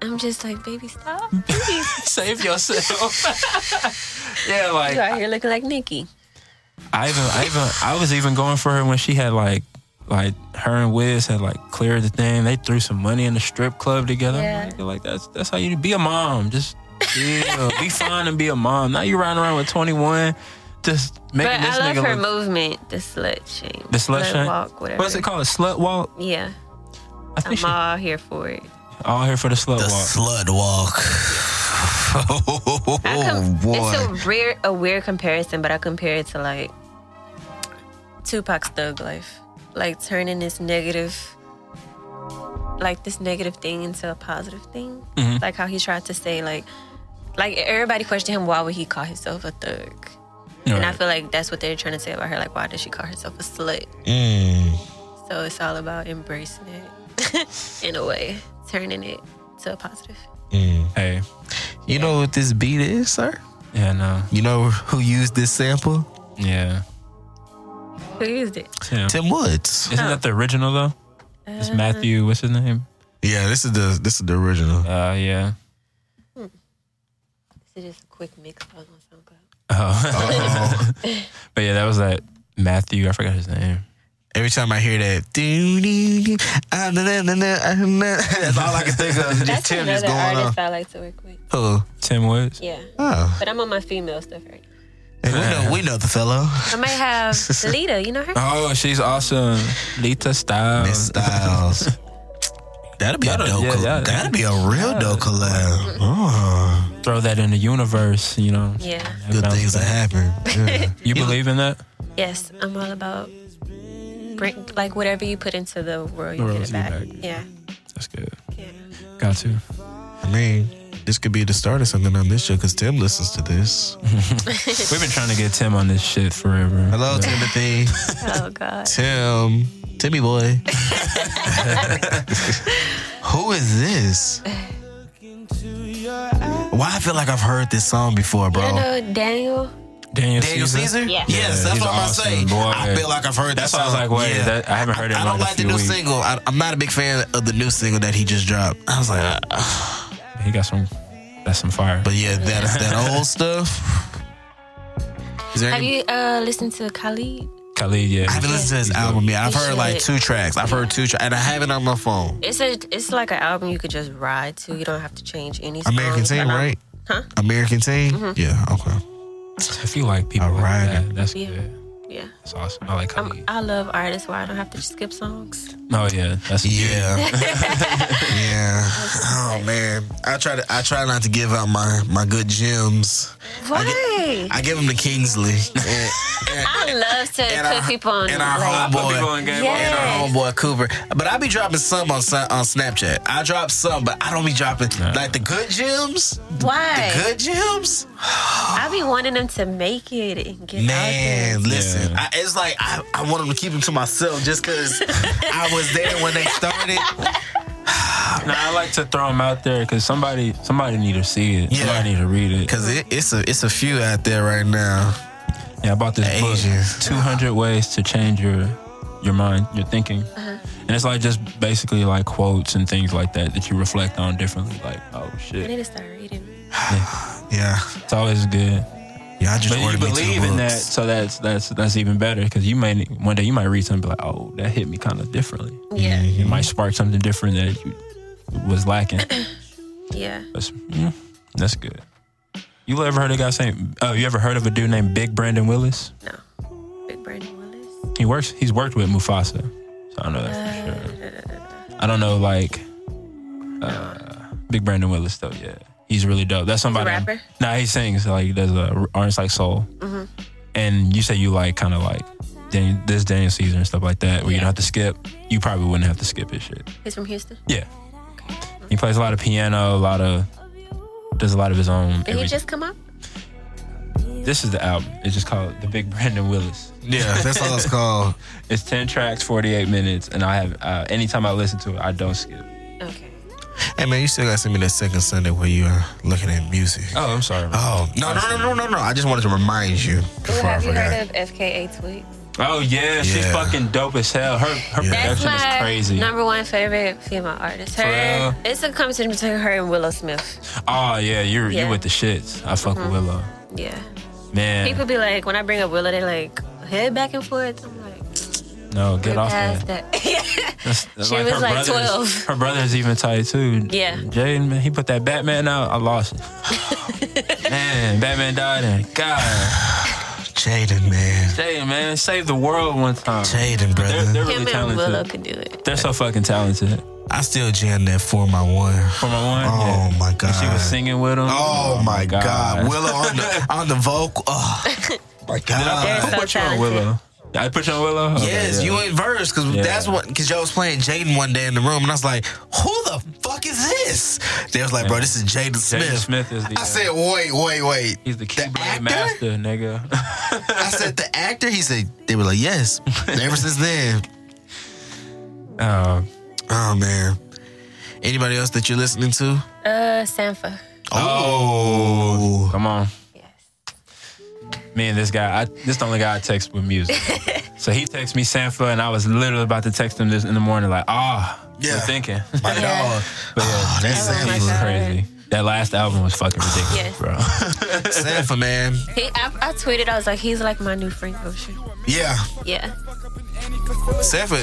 S3: I'm just like, baby, stop. Please.
S2: save yourself. yeah, like
S3: you out here looking like Nikki.
S2: I even, I even, I was even going for her when she had like, like her and Wiz had like cleared the thing. They threw some money in the strip club together.
S3: Yeah.
S2: I'm Like, like, that's that's how you be a mom. Just chill. be fine and be a mom. Now you riding around with 21, just making
S3: But
S2: this
S3: I love
S2: nigga
S3: her
S2: look.
S3: movement, the slut shame.
S2: The slut shame?
S3: walk, whatever.
S2: What's it called? A slut walk?
S3: Yeah.
S2: I think she
S3: I'm all here for it.
S2: all here for the slut
S1: The
S2: walk.
S1: slut walk. oh,
S3: I com-
S1: boy.
S3: It's a weird, a weird comparison, but I compare it to like Tupac's thug life, like turning this negative, like this negative thing into a positive thing.
S2: Mm-hmm.
S3: Like how he tried to say like, like everybody questioned him why would he call himself a thug, and I
S2: Right.
S3: feel like that's what they're trying to say about her. Like why does she call herself a slut?
S1: Mm.
S3: So it's all about embracing it in a way, turning it to a positive.
S2: Hey,
S1: mm. You know what this beat is, sir?
S2: yeah, no,
S1: You know who used this sample?
S2: yeah.
S3: Who used it?
S2: Tim.
S1: Tim Woods.
S2: Isn't that the original though? It's
S3: Uh-huh.
S2: Matthew. What's his name?
S1: Yeah, this is the this is the original.
S2: Uh, yeah.
S3: This is just a quick mix. I was on SoundCloud.
S2: Oh. but yeah, that was that Matthew. I forgot his name.
S1: Every time I hear that, doo, doo, doo, ah, na, na, na, na, ah, na, that's all I can think of. is Just
S3: That's
S1: Tim just
S3: another
S1: going on.
S3: artist I like to work with.
S1: Oh,
S2: Tim Woods.
S3: Yeah.
S1: oh.
S3: But I'm on my female stuff right now.
S1: And we know we know the fellow.
S3: I may have Lita. You know her?
S2: Oh, she's awesome. Lita Styles.
S1: Miss Styles. That'd be a
S2: That'd-
S1: dope.
S2: yeah,
S1: coll-
S2: yeah.
S1: That'd be a real dope collab. Oh,
S2: Throw that in the universe, you know.
S3: Yeah.
S1: good things that happen. Yeah.
S2: You believe in that?
S3: Yes, I'm all about bring like whatever you put into the world, you
S2: The
S3: get it back.
S2: world you
S3: Yeah.
S2: That's good.
S3: Yeah.
S2: Got to.
S1: I mean, this could be the start of something on this show because Tim listens to this.
S2: We've been trying to get Tim on this shit forever.
S1: Hello, Timothy.
S3: Oh God.
S1: Tim. Timmy boy. Who is this? Why I feel like I've heard this song before, bro.
S3: You know Daniel?
S2: Daniel,
S1: Daniel Caesar?
S3: Yeah.
S1: Yes,
S2: Yeah,
S1: that's
S2: he's
S1: what I'm about to
S2: awesome,
S1: say.
S2: boy.
S1: I feel like I've heard
S2: That's
S1: that
S2: why I was
S1: song.
S2: like, wait,
S1: Yeah.
S2: that- I haven't heard it in
S1: I
S2: like
S1: don't
S2: a
S1: like the
S2: few
S1: new
S2: weeks.
S1: single. I, I'm not a big fan of the new single that he just dropped. I was like, uh, uh,
S2: He got some. That's some fire.
S1: but yeah, that that old stuff. Is there
S3: Have
S1: any-
S3: you uh listened to Khalid?
S2: Khalid, yeah.
S1: I haven't listened to his
S2: Yeah.
S1: album yet. I've
S3: You
S1: heard like
S3: should.
S1: two tracks. I've heard two, tra- and I have it on my phone.
S3: It's a it's like an album you could just ride to. You don't have to change any songs.
S1: American Team,
S3: but I'm-
S1: right?
S3: Huh? Mm-hmm.
S1: American Team. Yeah. Okay.
S2: If you like people
S1: All right.
S2: like that, that's
S3: Yeah.
S2: good.
S3: Yeah.
S2: That's awesome. I like
S3: I'm,
S2: Khalid.
S3: I love artists where I don't have to skip songs.
S2: No, yeah. That's
S1: Yeah. yeah. Oh man, I try to I try not to give out my my good gems.
S3: Why?
S1: I give them to Kingsley. And- and-
S3: I love to
S1: and
S3: put
S1: our-
S3: people on.
S1: and our
S3: like,
S1: homeboy.
S3: Yeah.
S1: and our homeboy Cooper. But I be dropping some on Sna- on Snapchat. I drop some, but I don't be dropping like the good gems.
S3: why?
S1: The good gems,
S3: I be wanting them to make it and get out
S1: man.
S3: there.
S1: Listen,
S2: Yeah.
S1: I, it's like I, I want them to keep them to myself just because I was there when they started.
S2: Nah, I like to throw them out there because somebody, somebody need to see it.
S1: Yeah.
S2: Somebody need to read it.
S1: Cause it, it's a it's a few out there right now.
S2: Yeah, I bought this
S1: The
S2: book,
S1: Asians.
S2: 200 Ways to Change Your Your Mind, Your Thinking. And it's like just basically like quotes and things like that that you reflect on differently. Like, oh
S3: I
S2: shit.
S3: need to start reading.
S1: Yeah,
S2: It's always good.
S1: yeah. I just
S2: But you
S1: ordered me two
S2: believe in that,
S1: books.
S2: so that's that's that's even better because you may one day you might read something and be like, oh, that hit me kind of differently.
S3: Yeah.
S2: It might spark something different that you was lacking.
S3: Yeah.
S2: That's, yeah, that's good. You ever heard of a guy saying? Oh, you ever heard of a dude named Big Brandon Willis?
S3: No. Big Brandon Willis.
S2: He works. He's worked with Mufasa, so I know that for sure. I don't know like uh, Big Brandon Willis though. Yeah, he's really dope. That's somebody.
S3: rapper? Mm-hmm.
S2: Nah, he sings like he does a artists like soul. And you say you like kind of like Dan, this Daniel Caesar and stuff like that, where you
S3: Yeah.
S2: don't have to skip. You probably wouldn't have to skip his shit.
S3: He's from Houston.
S2: Yeah, he plays a lot of piano, a lot of does a lot of his own.
S3: Did he
S2: every-
S3: just come up?
S2: this is the album. It's just called The Big Brandon Willis.
S1: Yeah, that's all it's called.
S2: It's ten tracks, forty eight minutes, and I have uh, anytime I listen to it, I don't skip.
S3: Okay.
S1: Hey man, you still gotta send me that second Sunday where you are looking at music.
S2: Oh, I'm sorry. man.
S1: Oh no no no no no no! I just wanted to remind you before I
S3: have you
S1: forgot.
S3: heard of FKA Twigs?
S2: Oh yeah, she's
S1: Yeah.
S2: fucking dope as hell. Her her
S1: Yeah.
S3: That's
S2: production
S3: my
S2: is crazy.
S3: number one favorite female artist.
S2: For
S3: Her,
S2: real?
S3: it's a competition between her and Willow Smith.
S2: oh yeah, you're
S3: Yeah.
S2: you with the shits. I fuck with Willow,
S3: Yeah.
S2: man.
S3: People be like, when I bring up Willow, they like head back and forth. I'm like,
S2: no, get
S3: get
S2: off
S3: past
S2: that.
S3: that.
S2: That's, that's
S3: She was,
S2: brother's-
S3: like, 12.
S2: Her brother's even tight too.
S3: Yeah.
S2: Jaden man, he put that Batman out. I lost it. man, Batman died and God,
S1: Jaden man,
S2: Jaden man, save the world one time.
S1: Jaden brother.
S2: They're, they're really
S3: Him and
S2: talented.
S3: Willow could do it.
S2: They're so fucking talented.
S1: I still jammed that for my one.
S2: For my one,
S1: Oh
S2: yeah.
S1: my
S2: When she
S1: God.
S2: was singing with him.
S1: Oh, my God. Willow on the on the vocal. Oh my
S2: I
S3: They're
S1: God.
S3: so
S2: put you on
S3: talented.
S2: Willow. I put you on Willow. Okay,
S1: Yes,
S2: yeah.
S1: you ain't verse because
S2: Yeah.
S1: that's what because y'all was playing Jaden one day in the room and I was like, who the fuck is this? They was like, bro, this is Jaden Smith.
S2: Jaden Smith is the. uh,
S1: I said, wait, wait, wait.
S2: he's the keyblade
S1: actor?
S2: master, nigga.
S1: I said the actor. He said they were like, yes. Ever since then,
S2: Uh,
S1: oh man. Anybody else that you're listening to?
S3: Uh, Sampha.
S1: Oh,
S2: come on.
S3: Yes.
S2: Me and this guy, I, this the only guy I text with music. so he texted me Sanfa, and I was literally about to text him this in the morning, like, ah, oh,
S1: Yeah.
S2: yeah. thinking.
S1: my
S3: Yeah.
S1: dog.
S2: But yeah,
S1: Oh, that's
S3: Oh, my
S2: this is
S1: Sampha.
S3: God.
S2: crazy. That last album was fucking ridiculous,
S3: Yes.
S2: bro.
S1: Sampha, man.
S3: He, I, I tweeted, I was like, he's like my new Frank Ocean.
S1: Yeah,
S3: Yeah.
S1: Sampha.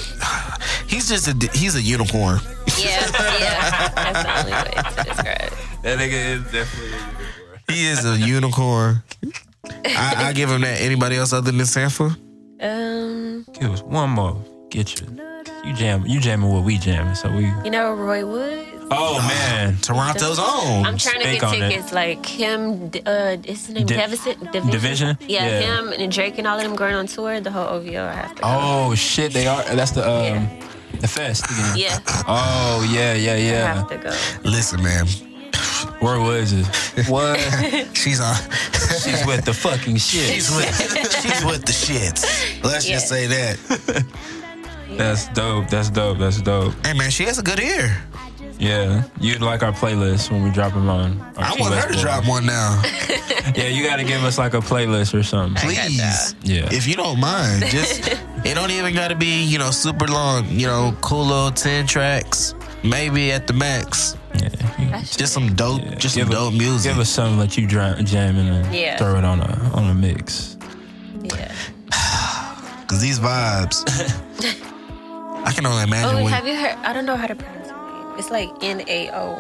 S1: He's just a he's a unicorn.
S3: Yeah. Yeah. That's the only way to describe it.
S2: that nigga is definitely.
S1: He is a unicorn. I, I give him that. Anybody else other than Sanford?
S3: Um,
S2: Give us one more. Get you. You jam. You jamming what we jamming. So we.
S3: you know Roy Woods.
S2: Oh man.
S1: Toronto's own.
S3: I'm trying to
S2: speak
S3: get
S2: on it.
S3: tickets like him. D- Uh, is his name
S2: Di-
S3: Devision?
S2: Division?
S3: Yeah,
S2: Yeah.
S3: him and Drake and all of them going on tour. The whole OVO. I have to. go.
S2: Oh shit. They are. That's the um. The fest. Again.
S3: Yeah,
S2: Oh yeah, yeah,
S3: I
S2: yeah.
S3: have to go.
S1: Listen, man.
S2: Where was it? What?
S1: She's on.
S2: She's with the fucking shit.
S1: She's with, she's with the shits. Let's
S3: Yeah.
S1: just say that.
S2: That's dope. That's dope. That's dope.
S1: Hey, man, she has a good ear.
S2: Yeah, you'd like our playlist when we drop them on. our
S1: I
S2: Key
S1: want
S2: West
S1: her to
S2: Boy.
S1: drop one now.
S2: Yeah, you got to give us like a playlist or something.
S1: Please.
S2: Yeah.
S1: If you don't mind, just it don't even gotta be, you know, super long, you know, cool little ten tracks. Maybe at the max.
S2: Yeah.
S3: That's
S1: Just some dope
S2: Yeah.
S1: just
S2: Give
S1: some
S2: a-
S1: dope music.
S2: Give us something that you dra- jam in and
S3: Yeah.
S2: throw it on a on a mix.
S3: Yeah.
S1: Cause these vibes. I can only imagine
S3: Oh,
S1: when
S3: have you heard? I don't know how to pronounce it. It's like N A O.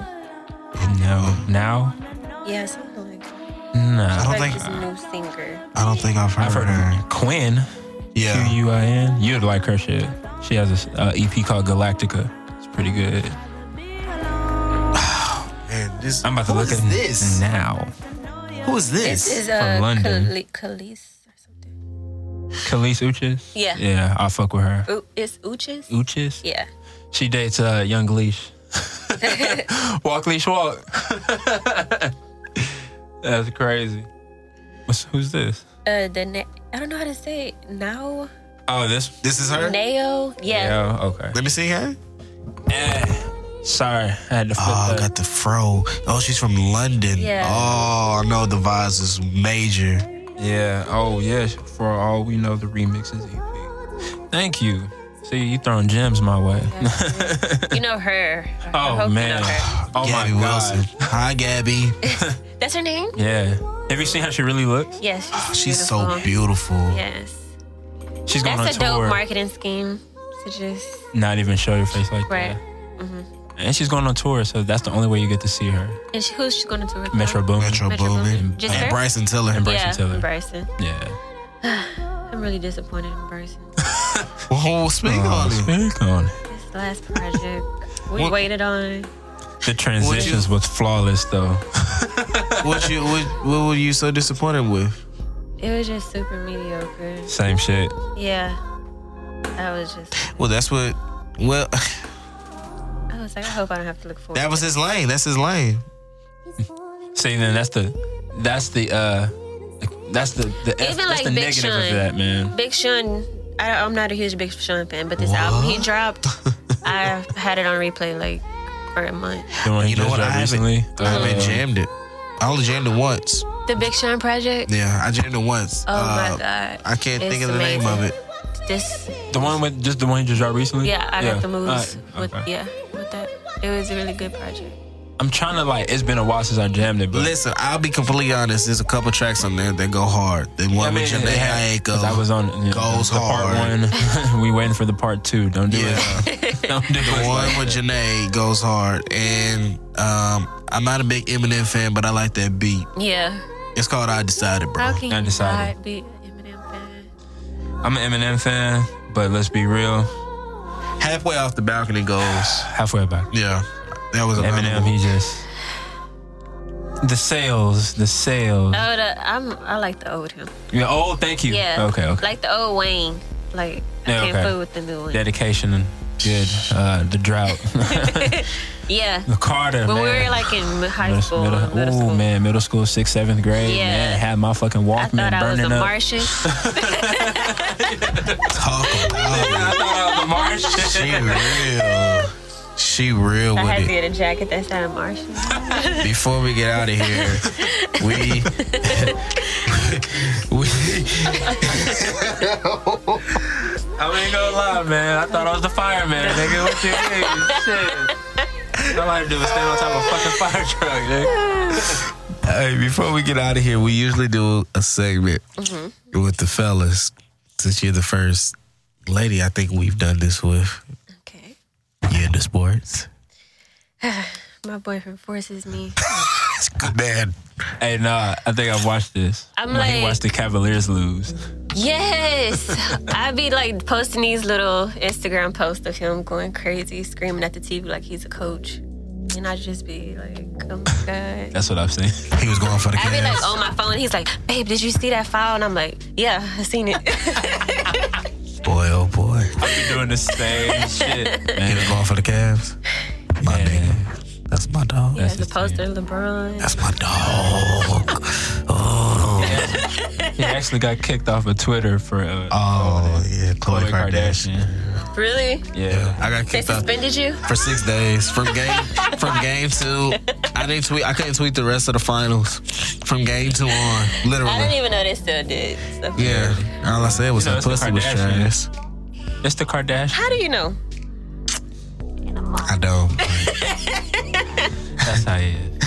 S2: No, now,
S3: Yeah, something like that.
S2: no.
S1: don't
S3: like
S1: think-
S3: this new singer.
S1: I don't think I've heard,
S2: I've heard
S1: her.
S2: of Quinn. Q
S1: Yeah.
S2: U I N. You'd like her shit. She has a uh, EP called Galactica. It's pretty good.
S1: Man, this,
S2: I'm about to
S1: who
S2: look
S1: is
S2: at
S1: this.
S2: now.
S1: Who is this?
S3: This is
S2: from
S3: uh,
S2: London.
S3: Kali- Khalees or something.
S2: Khalees Uchis.
S3: Yeah.
S2: Yeah, I fuck with her.
S3: U- it's Uchis.
S2: Uchis.
S3: Yeah.
S2: She dates uh, Young Leash. walk Leash Walk. That's crazy. What's, who's this?
S3: Uh, the na- I don't know how to say it. Now.
S2: Oh, this.
S1: this is her?
S3: Nao. Yeah.
S2: Yeah. Okay.
S1: Let me see her.
S2: Eh, sorry, I had to flip
S1: Oh,
S2: that.
S1: got the fro. Oh, she's from London.
S3: Yeah.
S1: Oh, no, the vibes is major.
S2: Yeah. Oh, yes. For all we know, the remix is EP. Thank you. See, you throwing gems my way.
S3: You know her. I hope
S2: oh
S3: You
S2: man.
S3: know her.
S2: Oh
S1: Gabby
S2: my god.
S1: Wilson. Hi, Gabby.
S3: That's her name.
S2: Yeah. Have you seen how she really looks?
S3: Yes.
S2: Ah,
S3: She's,
S1: She's so beautiful.
S3: Yes.
S2: She's going
S3: That's a
S2: on tour.
S3: dope marketing scheme. To just
S2: Not even show your face like
S3: right.
S2: that. And she's going on tour, so that's the only way you get to see her.
S3: And she, who's she going to tour?
S2: Metro Boomin.
S1: Metro,
S3: Metro
S1: Boomin.
S3: Boomin. Just
S1: and
S3: her?
S1: Bryson Tiller.
S2: And Bryson
S3: Yeah.
S2: Tiller.
S3: and Bryson.
S2: Yeah.
S3: I'm really disappointed in Bryson.
S1: Well, speak
S2: Oh,
S1: on it.
S2: speak on it.
S3: This last project we
S1: What-
S3: waited on.
S2: The transitions was flawless though.
S1: What you what, what were you so disappointed with?
S3: It was just super mediocre.
S2: Same shit.
S3: Yeah. I was just.
S1: Well, that's what. Well,
S3: I was like, I hope I don't have to look forward.
S1: that was
S3: to
S1: his lane. That's his lane.
S2: See, then that's the, that's the, uh, that's the, the F,
S3: Even
S2: that's
S3: like
S2: the
S3: Big
S2: negative of
S3: Sean.
S2: that man.
S3: Big Sean. I, I'm not a huge Big Sean fan, but this album he dropped, I had it on replay like for a month.
S2: The one he
S1: You know
S2: just
S1: what? I
S2: dropped
S1: haven't,
S2: recently.
S1: I haven't
S2: Uh,
S1: jammed it. I only jammed it once.
S3: The Big Sean project.
S1: Yeah, I jammed it once.
S3: Oh
S1: Uh,
S3: my god.
S1: I can't
S3: It's
S1: think of the name of
S3: amazing.
S1: it.
S3: This.
S2: The one with just the one he just dropped recently.
S3: Yeah, I got the moves
S2: Alright,
S3: with
S2: okay.
S3: yeah with that. It was a really good project.
S2: I'm trying to like. It's been a while since I jammed it, but
S1: Listen, I'll be completely honest. There's a couple tracks on there that go hard. The one
S2: I mean,
S1: with Janae
S2: yeah, 'cause
S1: Aiko.
S2: I was on you know,
S1: goes
S2: the part one. we waiting for the part two. Don't do
S1: Yeah.
S2: it. Don't do
S1: The
S2: it.
S1: one with Janae goes hard, and um, I'm not a big Eminem fan, but I like that beat.
S3: Yeah.
S1: It's called "I Decided," bro.
S3: How can
S2: I
S3: you
S2: decided.
S3: not be Eminem fan?
S2: I'm an Eminem fan, but let's be real.
S1: Halfway off the balcony goes.
S2: Halfway back.
S1: Yeah, that was another
S2: Eminem,
S1: one.
S2: he just the sales, the sales.
S3: Oh, the, I'm I like the old him.
S2: Yeah, oh, thank you.
S3: Yeah.
S2: Okay. Okay.
S3: Like the old Wayne. Like I
S2: Yeah,
S3: can't
S2: okay.
S3: fool with the new one.
S2: Dedication and good. Uh, the drought.
S3: yeah.
S2: the Carter.
S3: When
S2: man.
S3: we were like in high
S2: Middle-
S3: school,
S2: middle-
S3: middle,
S2: ooh,
S3: school,
S2: man, middle school, sixth, seventh grade.
S3: Yeah.
S2: Man, had my fucking
S3: I
S2: Walkman
S3: thought I was
S2: burning
S3: a
S2: up.
S3: Martian.
S1: Talk about it.
S2: I thought I was a
S1: She
S2: Martian.
S1: real. She real
S3: I had
S1: with
S3: to
S1: it.
S3: get a jacket that said Martian.
S1: Before we get out of here, we we
S2: I ain't gonna lie, man. I thought I was the fireman, nigga. What you mean? Shit. All I had to do was stand on top of a fucking fire truck, nigga.
S1: hey, before we get out of here, we usually do a segment
S3: Mm-hmm.
S1: with the fellas. Since you're the first lady, I think we've done this with.
S3: Okay.
S1: You into sports?
S3: My boyfriend forces me.
S1: That's good, man.
S2: Hey, nah, I think I've watched this.
S3: I'm
S2: when he
S3: like-
S2: watched the Cavaliers lose.
S3: Yes, I be like posting these little Instagram posts of him going crazy, screaming at the TV like he's a coach, and I just be like, oh my god.
S2: That's what I've seen.
S1: He was going for the
S3: I be
S1: Cavs.
S3: like oh. on my phone. He's like, babe, did you see that foul? And I'm like, yeah, I seen it.
S1: boy, oh boy.
S2: You're doing the same shit.
S1: He was
S2: Man,
S1: going for the Cavs. My
S2: Yeah.
S1: nigga. That's my dog.
S3: yeah,
S2: That's
S3: the
S2: his team.
S3: poster, LeBron.
S1: That's my dog. Oh,
S2: he actually got kicked off of Twitter for uh,
S1: oh yeah, Khloe
S2: Khloe
S1: Kardashian.
S3: Really?
S2: Yeah.
S1: I got
S3: They
S1: kicked off
S3: suspended you?
S1: for six days from game from game two. I didn't tweet. I couldn't tweet the rest of the finals from game two on.
S3: I didn't
S1: Literally,
S3: even know they still did. stuff.
S1: yeah. All I said was
S2: You know,
S1: that
S2: it's the
S1: pussy was trash.
S2: Kardashians. It's the Kardashian.
S3: How do you know?
S1: I don't.
S2: That's how it is.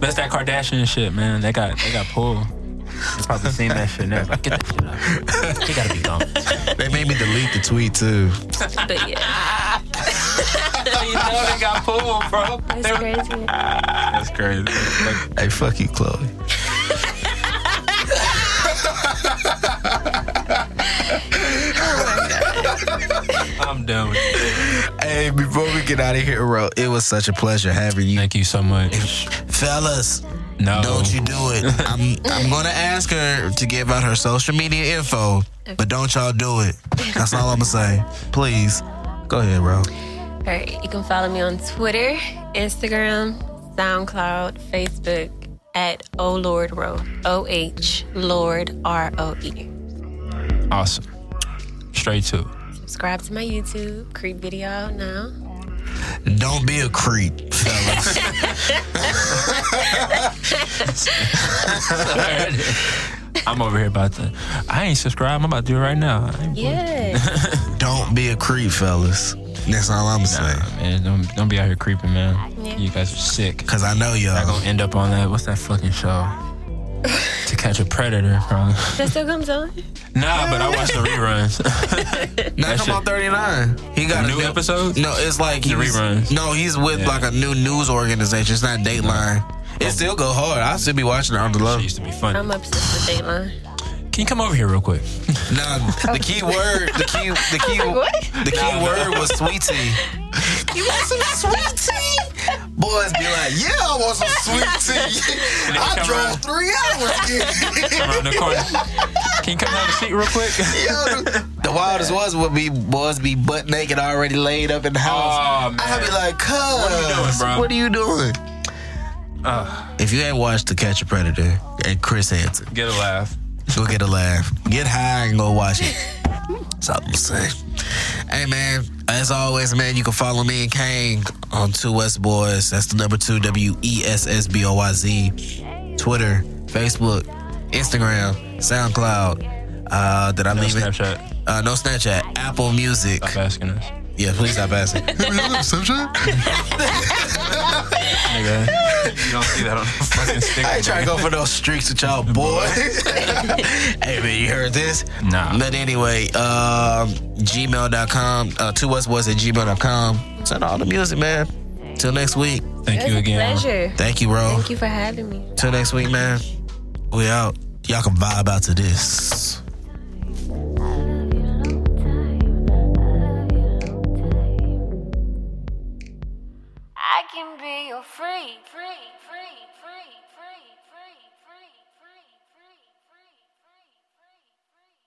S2: That's that Kardashian shit, man. They got they got pulled. You probably seen that shit now. Like, Get that shit out. They gotta be gone.
S1: They made me delete the tweet too.
S3: But yeah,
S2: you know they got pulled, bro.
S3: it's crazy.
S2: That's crazy. Like,
S1: Hey, fuck you, Chloe.
S2: I'm done with it.
S1: Hey, before we get out of here, bro, it was such a pleasure having you,
S2: Thank you so much.
S1: fellas.
S2: No.
S1: Don't you do it. I'm I'm gonna ask her to give out her social media info, but don't y'all do it. That's all I'm gonna say. Please. Go ahead, bro.
S3: All right, you can follow me on Twitter, Instagram, SoundCloud, Facebook at O Lord Row. O H Lord R O E.
S2: Awesome. Straight to it.
S3: Subscribe to my YouTube, Creep Video out now.
S1: Don't be a creep, fellas.
S2: I'm over here about to. I ain't subscribed. I'm about to do it right now. I ain't-
S3: Yeah.
S1: don't be a creep, fellas. That's all I'm gonna say.
S2: Nah, man, don't, don't be out here creeping, man.
S3: Yeah.
S2: You guys are sick.
S1: Cause I know
S2: I'm
S1: y'all.
S2: gonna end up on that. What's that fucking show? to catch a predator, probably.
S3: that still comes on?
S2: Nah, but I watch the reruns.
S1: Now
S2: that
S1: come
S2: shit-
S1: on 39. He got
S2: New
S1: a
S2: episodes?
S1: No, it's like
S2: The
S1: he's-
S2: reruns.
S1: No, he's with
S2: Yeah. Oh.
S1: like a new news organization. It's not Dateline. It still go hard. I still be watching it on the low.
S2: Shit used to be funny.
S3: I'm obsessed with Dateline.
S2: Can you come over here real quick?
S1: Nah, the key word, the key, the key,
S3: what?
S1: the key word was sweet tea. You want some sweet tea? Boys be like, yeah, I want some sweet tea.
S2: they
S1: I
S2: come
S1: drove
S2: around.
S1: three hours. Again.
S2: Around the corner. Can you come have a seat real quick?
S1: Yo, the wildest ones would be boys be butt naked already laid up in the house.
S2: Oh man.
S1: I'd be like, cuz,
S2: doing, bro?" Uh.
S1: what are you doing?
S2: Ugh,
S1: If you ain't watched To Catch a Predator and Chris Hansen,
S2: get a laugh.
S1: Go get a laugh. Get high and go watch it. That's all I'm saying. Hey man, as always, man, you can follow me and Kang on Two West Boys. That's the number two W E S S B O Y Z. Twitter, Facebook, Instagram, SoundCloud. Uh, did I
S2: No
S1: leave it?
S2: Snapchat.
S1: Uh, no Snapchat. Apple Music.
S2: Stop asking us.
S1: Yeah, please stop asking. Snapchat?
S2: Nigga, you don't see that on the fucking sticker.
S1: I ain't trying to go for those streaks with y'all, boy. hey, man, you heard this?
S2: Nah.
S1: But anyway, um, gmail.com, uh, two westboys at gmail.com. Send all the music, man. Till next week.
S2: Thank you again.
S3: Pleasure.
S1: Thank you, bro.
S3: Thank you for having me.
S1: Till next week, man. We out. Y'all can vibe out to this.
S6: I can be your free, free, free, free.